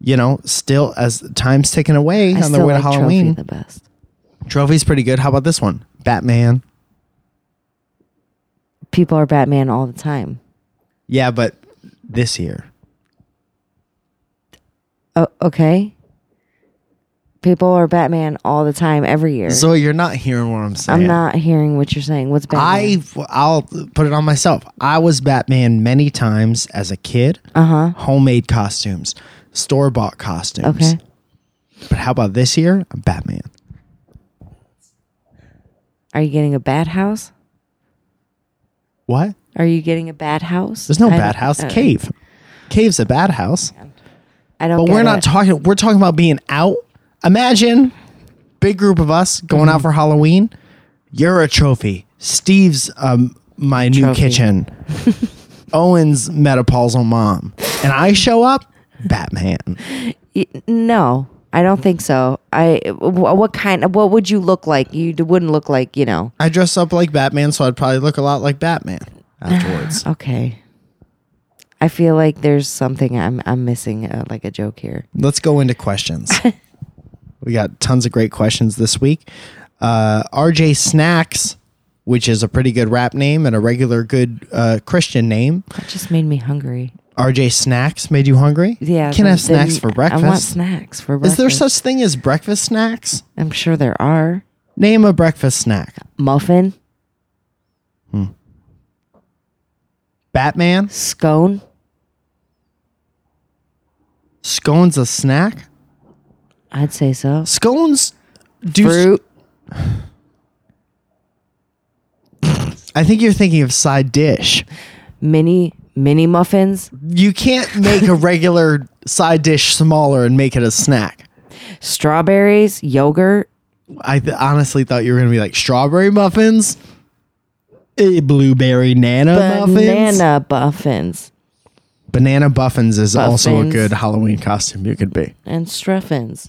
Speaker 1: you know, still as time's ticking away
Speaker 2: I
Speaker 1: on their
Speaker 2: still
Speaker 1: way
Speaker 2: like
Speaker 1: to
Speaker 2: Halloween.
Speaker 1: Halloween.
Speaker 2: trophy the best.
Speaker 1: Trophy's pretty good. How about this one? Batman.
Speaker 2: People are Batman all the time.
Speaker 1: Yeah, but this year.
Speaker 2: Oh, okay. People are Batman all the time, every year.
Speaker 1: So you're not hearing what I'm saying.
Speaker 2: I'm not hearing what you're saying. What's Batman?
Speaker 1: I I'll put it on myself. I was Batman many times as a kid. Uh huh.
Speaker 2: Uh-huh.
Speaker 1: Homemade costumes, store bought costumes.
Speaker 2: okay.
Speaker 1: But how about this year? I'm Batman.
Speaker 2: Are you getting a bat house?
Speaker 1: What?
Speaker 2: Are you getting a bat house?
Speaker 1: There's no
Speaker 2: I-
Speaker 1: bad house.
Speaker 2: uh,
Speaker 1: Cave. Cave's a bad house.
Speaker 2: I don't.
Speaker 1: But
Speaker 2: get
Speaker 1: we're not
Speaker 2: it.
Speaker 1: talking. We're talking about being out. Imagine big group of us going out for Halloween. You're a trophy. Steve's um my new
Speaker 2: Trophy.
Speaker 1: kitchen. Owen's menopausal mom, and I show up Batman.
Speaker 2: Y- no, I don't think so. I. wh- What kind? Of, what would you look like? You d- wouldn't look like you know.
Speaker 1: I dress up like Batman, so I'd probably look a lot like Batman afterwards.
Speaker 2: Okay. I feel like there's something I'm I'm missing uh, like a joke here.
Speaker 1: Let's go into questions. we got tons of great questions this week. Uh, RJ Snacks, which is a pretty good rap name and a regular good uh, Christian name.
Speaker 2: That just made me hungry.
Speaker 1: RJ Snacks made you hungry?
Speaker 2: Yeah.
Speaker 1: You can
Speaker 2: the-
Speaker 1: have snacks
Speaker 2: the-
Speaker 1: for breakfast.
Speaker 2: I want snacks for
Speaker 1: Is
Speaker 2: breakfast.
Speaker 1: there such thing as breakfast snacks?
Speaker 2: I'm sure there are
Speaker 1: Name a breakfast snack.
Speaker 2: muffin,
Speaker 1: Batman?
Speaker 2: scone.
Speaker 1: Scones a snack?
Speaker 2: I'd say so.
Speaker 1: Scones do
Speaker 2: Fruit.
Speaker 1: I think you're thinking of side dish.
Speaker 2: mini mini muffins,
Speaker 1: You can't make a regular side dish smaller and make it a snack.
Speaker 2: strawberries, yogurt.
Speaker 1: I th- honestly thought you were gonna be like strawberry muffins, eh, blueberry nana muffins,
Speaker 2: Banana muffins
Speaker 1: banana buffins is also a
Speaker 2: Buffins.
Speaker 1: good Halloween costume you could be.
Speaker 2: and struffins.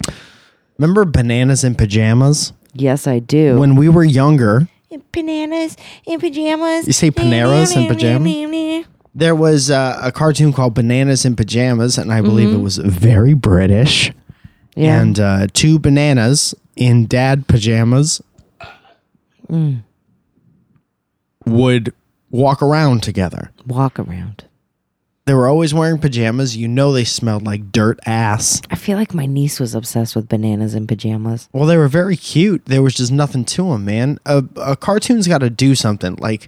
Speaker 1: Remember bananas in pajamas?
Speaker 2: Yes, I do.
Speaker 1: When we were younger,
Speaker 2: bananas in pajamas.
Speaker 1: You say Paneras in pajama? there was uh, a cartoon called Bananas in Pajamas, and I believe it was very British.
Speaker 2: Yeah.
Speaker 1: And uh, two bananas in dad pajamas would walk around together.
Speaker 2: Walk around.
Speaker 1: They were always wearing pajamas. You know they smelled like dirt ass.
Speaker 2: I feel like my niece was obsessed with bananas in pajamas.
Speaker 1: Well, they were very cute. There was just nothing to them, man. A, a cartoon's got to do something. Like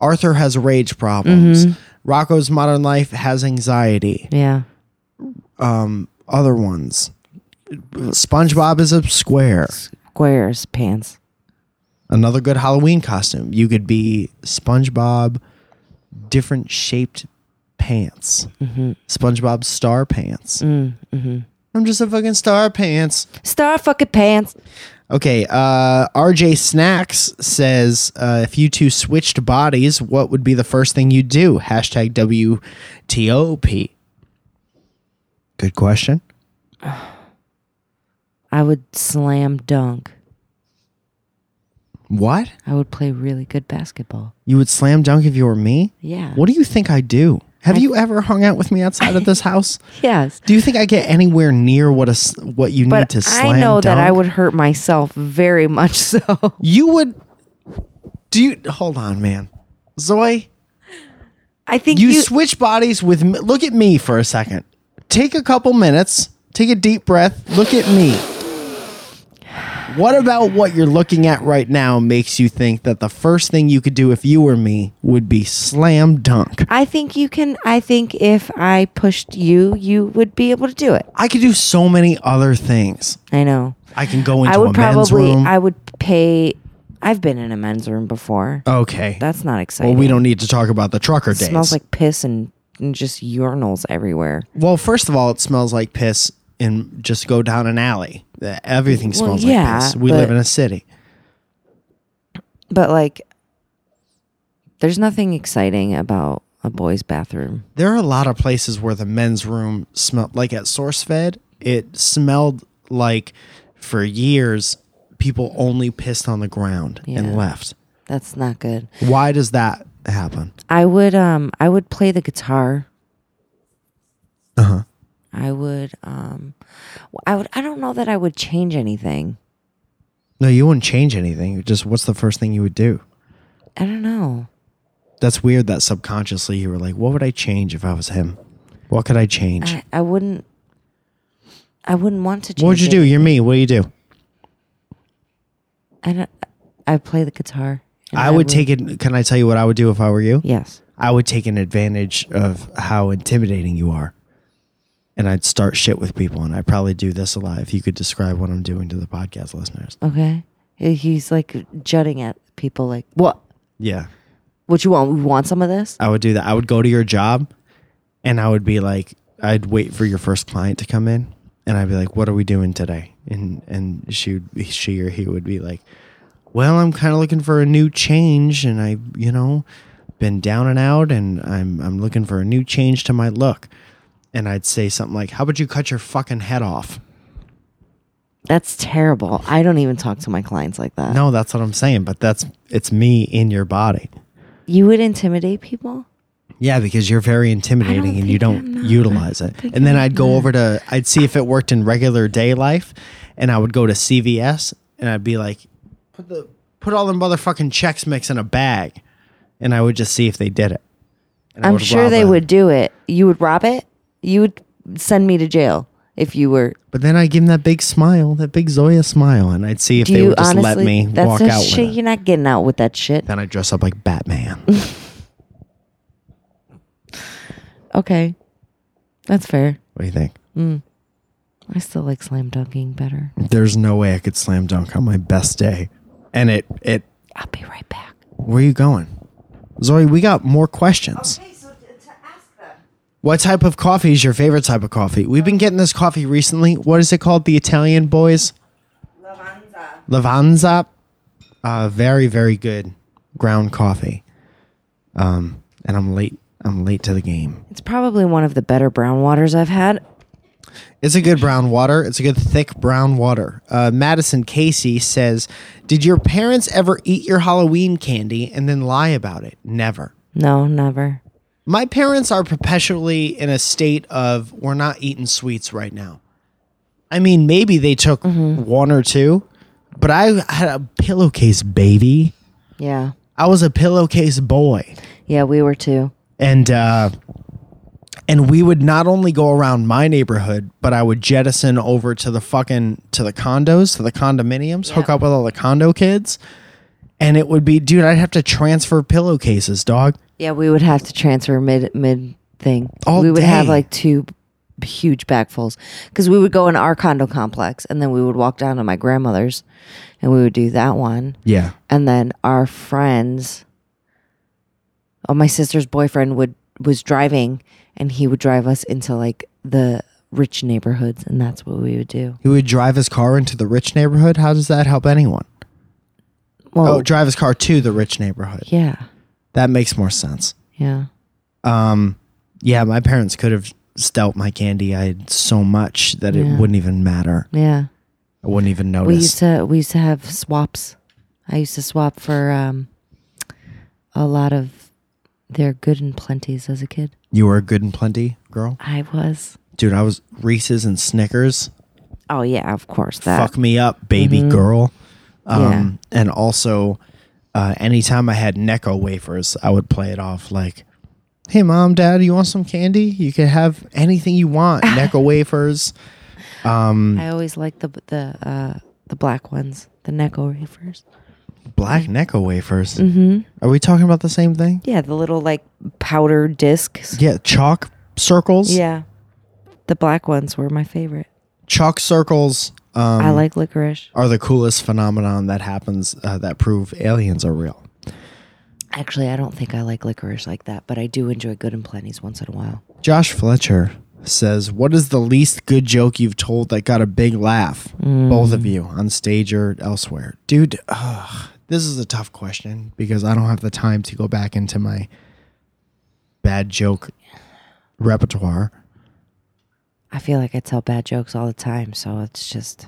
Speaker 1: Arthur has rage problems. Rocco's modern life has anxiety.
Speaker 2: Yeah.
Speaker 1: Other ones. SpongeBob is a square.
Speaker 2: Squares pants.
Speaker 1: Another good Halloween costume. You could be SpongeBob, different shaped pants. SpongeBob star pants. I'm just a fucking star pants.
Speaker 2: Star fucking pants.
Speaker 1: Okay, uh, RJ Snacks says uh, if you two switched bodies, what would be the first thing you'd do? Hashtag WTOP. Good question.
Speaker 2: I would slam dunk.
Speaker 1: What?
Speaker 2: I would play really good basketball.
Speaker 1: You would slam dunk if you were me?
Speaker 2: Yeah.
Speaker 1: What do you think I do? Have you ever hung out with me outside of this house?
Speaker 2: Yes.
Speaker 1: Do you think I get anywhere near what a s what you need
Speaker 2: But
Speaker 1: to slam
Speaker 2: I know that I
Speaker 1: dunk?
Speaker 2: would hurt myself very much so.
Speaker 1: You would. Do you hold on, man? Zoe,
Speaker 2: I think
Speaker 1: you,
Speaker 2: you,
Speaker 1: switch bodies with me. Look at me for a second. Take a couple minutes. Take a deep breath. Look at me. What about what you're looking at right now makes you think that the first thing you could do if you were me would be slam dunk?
Speaker 2: I think you can I think if I pushed you, you would be able to do it.
Speaker 1: I could do so many other things.
Speaker 2: I know.
Speaker 1: I can go into
Speaker 2: I would
Speaker 1: a men's
Speaker 2: probably
Speaker 1: room.
Speaker 2: I would pay I've been in a men's room before.
Speaker 1: okay.
Speaker 2: That's not exciting.
Speaker 1: Uh, well, we don't need to talk about the trucker
Speaker 2: it
Speaker 1: days.
Speaker 2: smells like piss and, and just urinals everywhere.
Speaker 1: Well, first of all, it smells like piss and just go down an alley. Uh, Everything smells
Speaker 2: yeah,
Speaker 1: like piss. We
Speaker 2: but-
Speaker 1: live in a city.
Speaker 2: But like there's nothing exciting about a boy's bathroom.
Speaker 1: There are a lot of places where the men's room smelled like at SourceFed, it smelled like for years people only pissed on the ground and
Speaker 2: Yeah.
Speaker 1: left.
Speaker 2: That's not good.
Speaker 1: Why does that happen?
Speaker 2: I would um I would play the guitar.
Speaker 1: Uh-huh.
Speaker 2: Uh huh. I would um I would I don't know that I would change anything.
Speaker 1: No, you wouldn't change anything. You Just what's the first thing you would do?
Speaker 2: I don't know.
Speaker 1: That's weird that subconsciously you were like, what would I change if I was him? What could I change?
Speaker 2: I, I wouldn't I wouldn't want to. Change
Speaker 1: What would you
Speaker 2: it.
Speaker 1: do? You're me. What do you do?
Speaker 2: I don't. I play the guitar. and
Speaker 1: I would take it. Can I tell you what I would do if I were you?
Speaker 2: Yes.
Speaker 1: I would take an advantage of how intimidating you are. And I'd start shit with people. And I'd probably do this a lot if you could describe what I'm doing to the podcast listeners.
Speaker 2: Okay. He- He's like jutting at people. Like what?
Speaker 1: Yeah.
Speaker 2: What you want? You want some of this?
Speaker 1: I would do that. I would go to your job and I would be like, I'd wait for your first client to come in and I'd be like, what are we doing today? And, and she, would, be- she or he would be like, well, I'm kind of looking for a new change and I, you know, been down and out and I'm, I'm looking for a new change to my look. And I'd say something like, how about you cut your fucking head off?
Speaker 2: That's terrible. I don't even talk to my clients like that.
Speaker 1: No, that's what I'm saying. But that's, it's me in your body.
Speaker 2: You would intimidate people.
Speaker 1: Yeah, because you're very intimidating and you don't utilize it. And then I'd go over to, I'd see if it worked in regular day life, and I would go to CVS and I'd be like, put the put all the motherfucking checks mix in a bag, and I would just see if they did it. And I
Speaker 2: I'm
Speaker 1: would
Speaker 2: sure
Speaker 1: rob
Speaker 2: they
Speaker 1: a-
Speaker 2: would do it. You would rob it. You would send me to jail if you were.
Speaker 1: But then I'd give them that big smile, that big Zoya smile, and I'd see if
Speaker 2: Do
Speaker 1: they
Speaker 2: you
Speaker 1: would just
Speaker 2: honestly?
Speaker 1: let me
Speaker 2: that's
Speaker 1: walk
Speaker 2: that
Speaker 1: out with
Speaker 2: shit.
Speaker 1: it.
Speaker 2: You're not getting out with that shit.
Speaker 1: Then I'd dress up like Batman.
Speaker 2: Okay, that's fair.
Speaker 1: what do you think?
Speaker 2: I still like slam dunking better.
Speaker 1: There's no way I could slam dunk on my best day. And it, it,
Speaker 2: I'll be right back.
Speaker 1: Where are you going? Zoe, we got more questions. What type of coffee is your favorite type of coffee? We've been getting this coffee recently. What is it called? The Italian boys? Lavanza. Lavanza. Uh, very, very good ground coffee. Um, and I'm late. I'm late to the game.
Speaker 2: It's probably one of the better brown waters I've had.
Speaker 1: It's a good brown water. It's a good thick brown water. Uh, Madison Casey says, "Did your parents ever eat your Halloween candy and then lie about it? Never."
Speaker 2: No, never.
Speaker 1: My parents are perpetually in a state of we're not eating sweets right now. I mean, maybe they took one or two, but I had a pillowcase baby.
Speaker 2: Yeah,
Speaker 1: I was a pillowcase boy,
Speaker 2: yeah, we were too.
Speaker 1: and uh, and we would not only go around my neighborhood, but I would jettison over to the fucking to the condos, to the condominiums, hook up with all the condo kids, and it would be, dude, I'd have to transfer pillowcases, dog.
Speaker 2: Yeah, we would have to transfer mid mid thing.
Speaker 1: All
Speaker 2: we would have
Speaker 1: day.
Speaker 2: like two b- huge bagfuls because we would go in our condo complex and then we would walk down to my grandmother's and we would do that one
Speaker 1: Yeah,
Speaker 2: and then our friends oh my sister's boyfriend would was driving and he would drive us into like the rich neighborhoods and that's what we would do
Speaker 1: He would drive his car into the rich neighborhood. How does that help anyone?
Speaker 2: well
Speaker 1: Oh, drive his car to the rich neighborhood.
Speaker 2: yeah
Speaker 1: That makes more sense.
Speaker 2: yeah
Speaker 1: Yeah, my parents could have dealt my candy. I had so much that it wouldn't even matter.
Speaker 2: yeah
Speaker 1: I wouldn't even
Speaker 2: we used
Speaker 1: notice.
Speaker 2: to we used to have swaps i used to swap for um a lot of their good and plenties as a kid
Speaker 1: you were a good and plenty girl.
Speaker 2: i was
Speaker 1: Dude, I was Reese's and Snickers.
Speaker 2: oh yeah of course that Mm-hmm.
Speaker 1: Fuck me up, baby girl.
Speaker 2: yeah
Speaker 1: Um, And also, uh, anytime I had Necco wafers, I would play it off like, hey, mom, dad, you want some candy? You can have anything you want. Necco wafers.
Speaker 2: i always liked the the uh the black ones the necko reefers
Speaker 1: Black Necco wafers.
Speaker 2: Mm-hmm.
Speaker 1: Are we talking about the same thing?
Speaker 2: Yeah, the little like powder discs.
Speaker 1: Yeah, chalk circles.
Speaker 2: Yeah. The black ones were my favorite.
Speaker 1: Chalk circles um,
Speaker 2: I like licorice.
Speaker 1: are the coolest phenomenon that happens uh, that prove aliens are real.
Speaker 2: Actually, I don't think I like licorice like that, but I do enjoy good and plenties once in a while.
Speaker 1: Josh Fletcher says, What is the least good joke you've told that got a big laugh?
Speaker 2: Mm.
Speaker 1: Both of you, on stage or elsewhere. Dude, ugh, this is a tough question because I don't have the time to go back into my bad joke repertoire.
Speaker 2: I feel like I tell bad jokes all the time, so it's just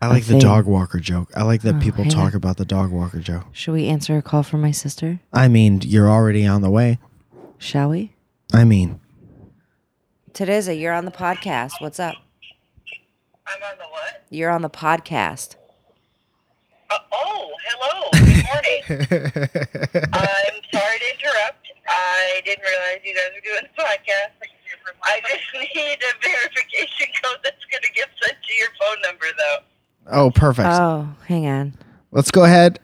Speaker 1: I like the
Speaker 2: think- Oh,
Speaker 1: dog walker joke. I like that people
Speaker 2: yeah.
Speaker 1: talk about the dog walker joke.
Speaker 2: should we answer a call from my sister?
Speaker 1: I mean, you're already on the way.
Speaker 2: Shall we?
Speaker 1: I mean,
Speaker 2: Teresa, you're on the podcast. What's up?
Speaker 3: I'm on the what?
Speaker 2: You're on the podcast.
Speaker 3: Uh, oh, hello. Good morning. I'm sorry to interrupt. I didn't realize you guys were doing a podcast. Thank you for from. I just need a verification code that's going to get sent to your phone number, though.
Speaker 1: Oh, perfect.
Speaker 2: Oh, hang on.
Speaker 1: Let's go ahead.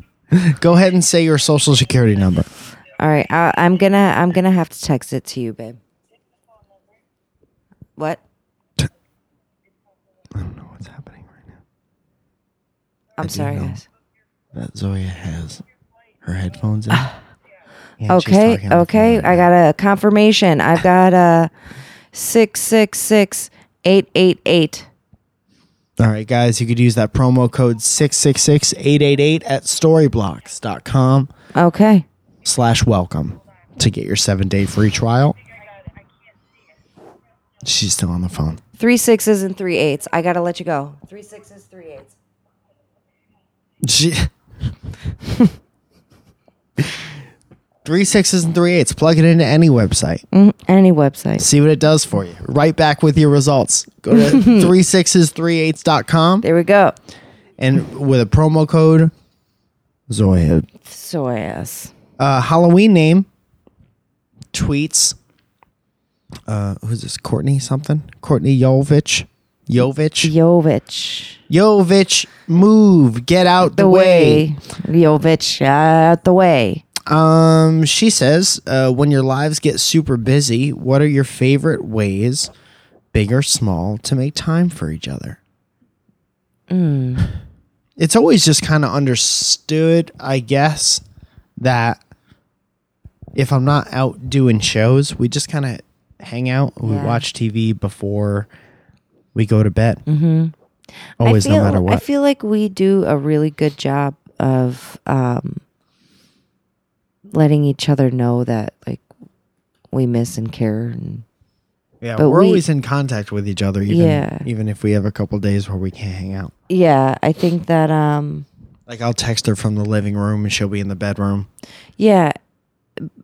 Speaker 1: go ahead and say your social security number.
Speaker 2: All right, I, I'm gonna I'm gonna have to text it to you, babe. What?
Speaker 1: I don't know what's happening right now.
Speaker 2: I'm
Speaker 1: do
Speaker 2: sorry,
Speaker 1: know.
Speaker 2: guys.
Speaker 1: that Zoya has her headphones in. And she's
Speaker 2: Ah. Okay,
Speaker 1: talking on the
Speaker 2: okay.
Speaker 1: phone.
Speaker 2: I got a confirmation. I've got a six six six eight eight eight.
Speaker 1: All right, guys, you could use that promo code 666-888 at storyblocks.com
Speaker 2: Okay.
Speaker 1: slash welcome to get your seven-day free trial. She's still on the phone.
Speaker 2: Three sixes and three eights. I gotta let you go. Three sixes, three eights.
Speaker 1: She- three sixes and three eights. Plug it into any website.
Speaker 2: Any website.
Speaker 1: See what it does for you. Right back with your results. Go to three sixes, three eights.com
Speaker 2: There we go.
Speaker 1: and with a promo code Zoya
Speaker 2: So yes.
Speaker 1: uh, Halloween name tweets. Uh, who's this? Courtney something? Courtney Jovich. Jovich.
Speaker 2: Jovich.
Speaker 1: Jovich, move, get out the,
Speaker 2: The
Speaker 1: way.
Speaker 2: way. Jovich out the way.
Speaker 1: Um, she says, uh, when your lives get super busy, what are your favorite ways, big or small, to make time for each other?
Speaker 2: Mm.
Speaker 1: It's always just kind of understood, I guess, that if I'm not out doing shows, we just kind of hang out. We
Speaker 2: Yeah.
Speaker 1: watch TV before we go to bed. Mm-hmm.
Speaker 2: I
Speaker 1: Always,
Speaker 2: feel-
Speaker 1: no matter
Speaker 2: I
Speaker 1: what.
Speaker 2: feel like we do a really good job of um, letting each other know that like we miss and care and
Speaker 1: yeah,
Speaker 2: but
Speaker 1: we're
Speaker 2: we-
Speaker 1: always in contact with each other, even
Speaker 2: Yeah.
Speaker 1: even if we have a couple days where we can't hang out.
Speaker 2: yeah, I think that um
Speaker 1: Like I'll text her from the living room and she'll be in the bedroom.
Speaker 2: yeah,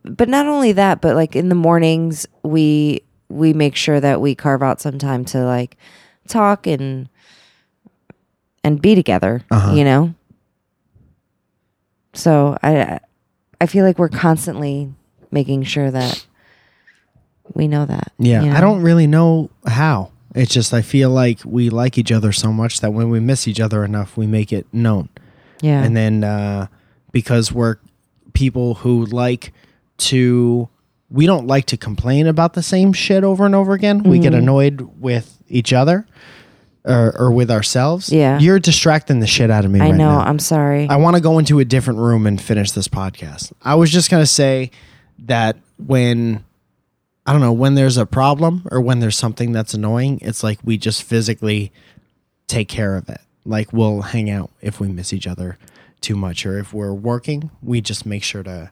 Speaker 2: but not only that, but like in the mornings we we make sure that we carve out some time to like talk and and be together,
Speaker 1: Uh-huh.
Speaker 2: you know. So I I feel like we're constantly making sure that we know that.
Speaker 1: Yeah.
Speaker 2: you know?
Speaker 1: I don't really know how. It's just I feel like we like each other so much that when we miss each other enough, we make it known.
Speaker 2: Yeah.
Speaker 1: And then uh, because we're people who like to, we don't like to complain about the same shit over and over again. We
Speaker 2: Mm-hmm.
Speaker 1: get annoyed with each other or, or with ourselves.
Speaker 2: Yeah.
Speaker 1: You're distracting the shit out of me
Speaker 2: I
Speaker 1: right
Speaker 2: know.
Speaker 1: now.
Speaker 2: I'm sorry.
Speaker 1: I want to go into a different room and finish this podcast. I was just going to say that when I don't know, when there's a problem or when there's something that's annoying, it's like we just physically take care of it. Like we'll hang out if we miss each other too much or if we're working, we just make sure to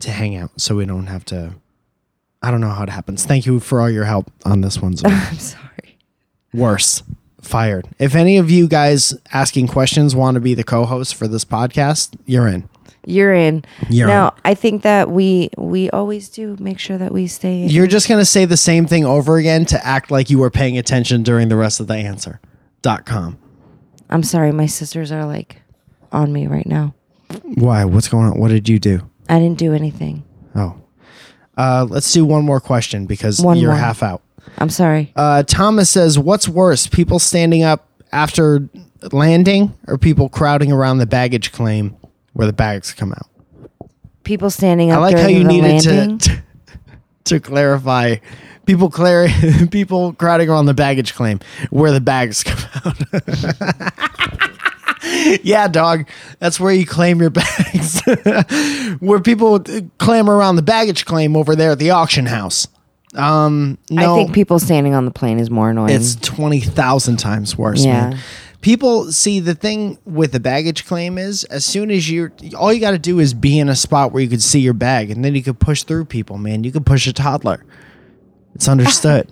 Speaker 1: to hang out so we don't have to I don't know how it happens. Thank you for all your help on this one. Zoe
Speaker 2: I'm sorry.
Speaker 1: worse fired if any of you guys asking questions want to be the co-host for this podcast you're in
Speaker 2: You're in.
Speaker 1: You're
Speaker 2: now,
Speaker 1: in.
Speaker 2: I think that we we always do make sure that we stay.
Speaker 1: you're just going to say the same thing over again to act like you were paying attention during the rest of the answer dot com
Speaker 2: I'm sorry. My sisters are like on me right now.
Speaker 1: why what's going on what did you do
Speaker 2: I didn't do anything.
Speaker 1: oh uh, let's do one more question because
Speaker 2: One
Speaker 1: you're
Speaker 2: more.
Speaker 1: half out
Speaker 2: I'm sorry.
Speaker 1: uh, thomas says what's worse people standing up after landing or people crowding around the baggage claim where the bags come out
Speaker 2: People standing up.
Speaker 1: I like
Speaker 2: during
Speaker 1: how you
Speaker 2: the
Speaker 1: needed to,
Speaker 2: landing.
Speaker 1: to to clarify people clar- people crowding around the baggage claim where the bags come out. yeah, dog. That's where you claim your bags. where people clamor around the baggage claim over there at the auction house. Um, no,
Speaker 2: I think people standing on the plane is more annoying.
Speaker 1: it's 20,000 times worse,
Speaker 2: Yeah.
Speaker 1: man. People see the thing with the baggage claim is as soon as you're all you got to do is be in a spot where you could see your bag and then you could push through people, man. You could push a toddler. It's understood.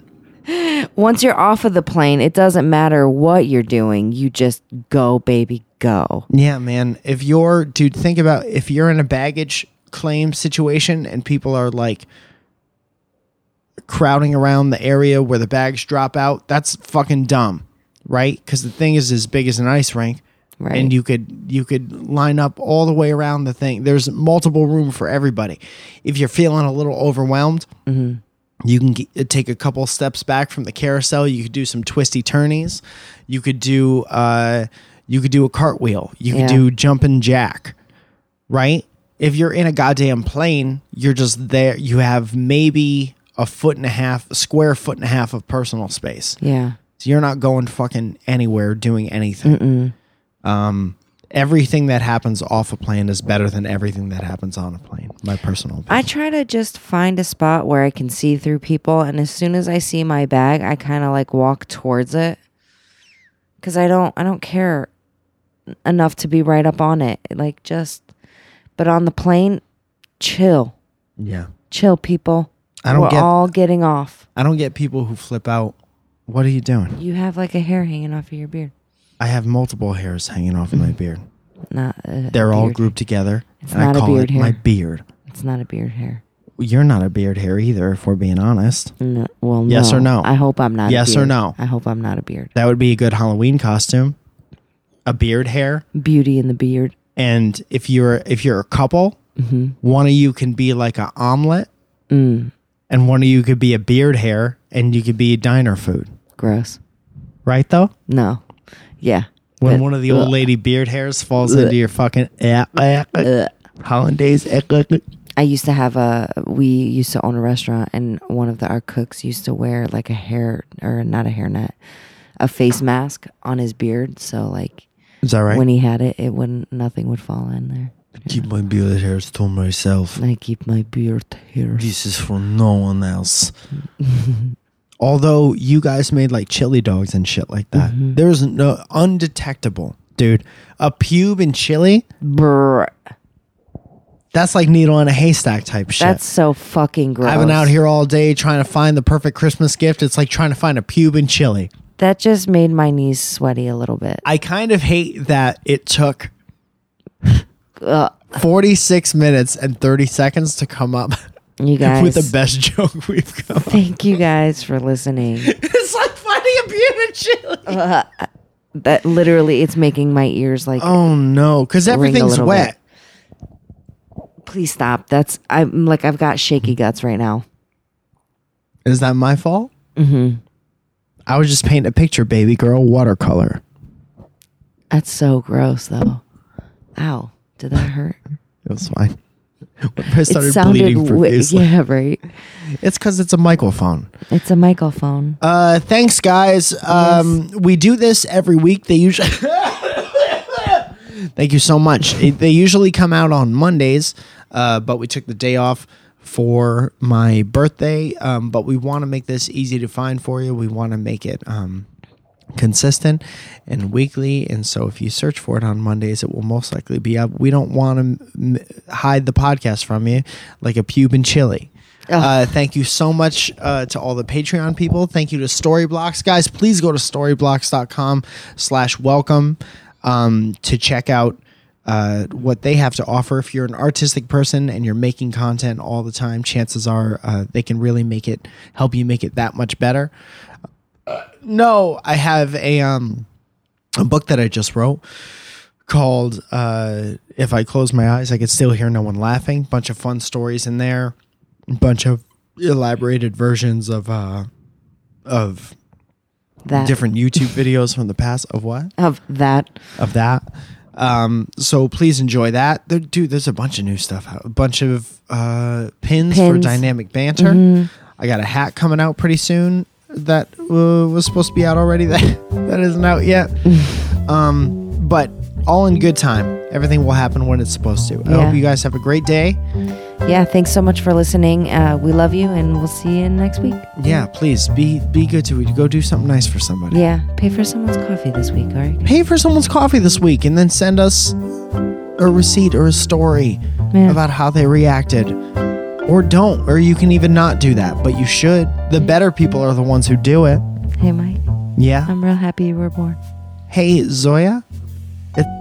Speaker 2: Once you're off of the plane, it doesn't matter what you're doing. You just go, baby, go.
Speaker 1: yeah, man. If you're, dude, think about if you're in a baggage claim situation and people are like crowding around the area where the bags drop out, that's fucking dumb, right? Because the thing is as big as an ice rink.
Speaker 2: Right.
Speaker 1: and you could you could line up all the way around the thing there's multiple room for everybody if you're feeling a little overwhelmed You can ge- take a couple steps back from the carousel. You could do some twisty turnies. You could do uh, you could do a cartwheel. You could
Speaker 2: Yeah.
Speaker 1: do jump and jack. Right? If you're in a goddamn plane, you're just there. You have maybe a foot and a half, a square foot and a half of personal space.
Speaker 2: Yeah.
Speaker 1: So you're not going fucking anywhere doing anything. Um, everything that happens off a plane is better than everything that happens on a plane. My personal opinion.
Speaker 2: I try to just find a spot where I can see through people, and as soon as I see my bag, I kind of like walk towards it, cause I don't I don't care enough to be right up on it. Like just, but on the plane, chill,
Speaker 1: yeah.
Speaker 2: chill, people.
Speaker 1: I don't
Speaker 2: We're
Speaker 1: get-
Speaker 2: all getting off.
Speaker 1: I don't get people who flip out. What are you doing?
Speaker 2: You have like a hair hanging off of your beard.
Speaker 1: I have multiple hairs hanging off my beard.
Speaker 2: Not a a
Speaker 1: They're all
Speaker 2: beard.
Speaker 1: grouped together.
Speaker 2: It's
Speaker 1: and
Speaker 2: not
Speaker 1: I
Speaker 2: a
Speaker 1: call
Speaker 2: beard
Speaker 1: it my
Speaker 2: hair.
Speaker 1: beard.
Speaker 2: It's not a beard hair.
Speaker 1: You're not a beard hair either, if we're being honest.
Speaker 2: No, well,
Speaker 1: Yes or no?
Speaker 2: I hope I'm not. a
Speaker 1: Yes or
Speaker 2: beard.
Speaker 1: no?
Speaker 2: I hope I'm not a beard.
Speaker 1: That would be a good Halloween costume. A beard hair.
Speaker 2: Beauty in the beard.
Speaker 1: And if you're if you're a couple,
Speaker 2: Mm-hmm.
Speaker 1: one of you can be like an omelet
Speaker 2: Mm.
Speaker 1: and one of you could be a beard hair and you could be diner food.
Speaker 2: Gross.
Speaker 1: Right though?
Speaker 2: No. Yeah.
Speaker 1: When
Speaker 2: But-
Speaker 1: one of the old lady beard hairs falls into your fucking eh, eh, eh, hollandaise. eh, eh, eh.
Speaker 2: I used to have a. We used to own a restaurant, and one of the, our cooks used to wear like a hair or not a hairnet, a face mask on his beard. So like
Speaker 1: Is that right?
Speaker 2: when he had it, it wouldn't nothing would fall in there.
Speaker 1: keep my beard hairs to myself.
Speaker 2: I keep my beard here.
Speaker 1: This is for no one else. Although you guys made like chili dogs and shit like that.
Speaker 2: Mm-hmm.
Speaker 1: There's no undetectable, dude. A pube in chili,
Speaker 2: Brr.
Speaker 1: that's like needle in a haystack type shit.
Speaker 2: That's so fucking gross.
Speaker 1: I've been out here all day trying to find the perfect Christmas gift. It's like trying to find a pube in chili.
Speaker 2: That just made my knees sweaty a little bit.
Speaker 1: I kind of hate that it took 46 minutes and 30 seconds to come up
Speaker 2: You guys,
Speaker 1: with the best joke we've come.
Speaker 2: thank you guys for listening. Uh,
Speaker 1: It's like finding a pube in chili.
Speaker 2: that literally, it's making my ears like.
Speaker 1: Oh no, because
Speaker 2: a
Speaker 1: everything's
Speaker 2: little
Speaker 1: wet.
Speaker 2: Please stop. That's I'm like I've got shaky guts right now.
Speaker 1: Is that my fault? Mm-hmm. I was just painting a picture, baby girl, watercolor.
Speaker 2: That's so gross, though. Ow, did that hurt?
Speaker 1: It was fine. I started bleeding
Speaker 2: wi-
Speaker 1: profusely.
Speaker 2: yeah, right.
Speaker 1: It's because it's a microphone.
Speaker 2: It's a microphone.
Speaker 1: Uh, thanks, guys. Um, We do this every week. They usually. Thank you so much. It- they usually come out on Mondays, uh, but we took the day off for my birthday. Um, but we want to make this easy to find for you. We want to make it um, consistent and weekly. And so if you search for it on Mondays, it will most likely be up. We don't want to m- hide the podcast from you like a pube and chili. Uh, thank you so much uh, to all the Patreon people. Thank you to Storyblocks. Guys, please go to storyblocks.com slash welcome um, to check out uh, what they have to offer. If you're an artistic person and you're making content all the time, chances are uh, they can really make it, help you make it that much better. Uh, No, I have a um a book that I just wrote called uh If I Close My Eyes, I Could Still Hear No One Laughing. Bunch of fun stories in there, bunch of elaborated versions of uh of
Speaker 2: That
Speaker 1: different YouTube videos from the past of what?
Speaker 2: of that.
Speaker 1: Of that. Um so please enjoy that. There, dude, there's a bunch of new stuff out. A bunch of uh pins, for
Speaker 2: Pins. Mm-hmm.
Speaker 1: dynamic banter. I got a hat coming out pretty soon that uh, was supposed to be out already that that isn't out yet Um, but all in good time. Everything will happen when it's supposed to. I
Speaker 2: Yeah.
Speaker 1: hope you guys have a great day.
Speaker 2: Yeah, thanks so much for listening. Uh, we love you, and we'll see you next week.
Speaker 1: Yeah, please be be good to it. Go do something nice for somebody.
Speaker 2: Yeah, pay for someone's coffee this week, all right?
Speaker 1: Pay for someone's coffee this week and then send us a receipt or a story
Speaker 2: Yeah.
Speaker 1: about how they reacted. Or don't, or you can even not do that, but you should. The better people are the ones who do it.
Speaker 2: Hey, Mike,
Speaker 1: Yeah.
Speaker 2: I'm real happy you were born.
Speaker 1: Hey, Zoya. It,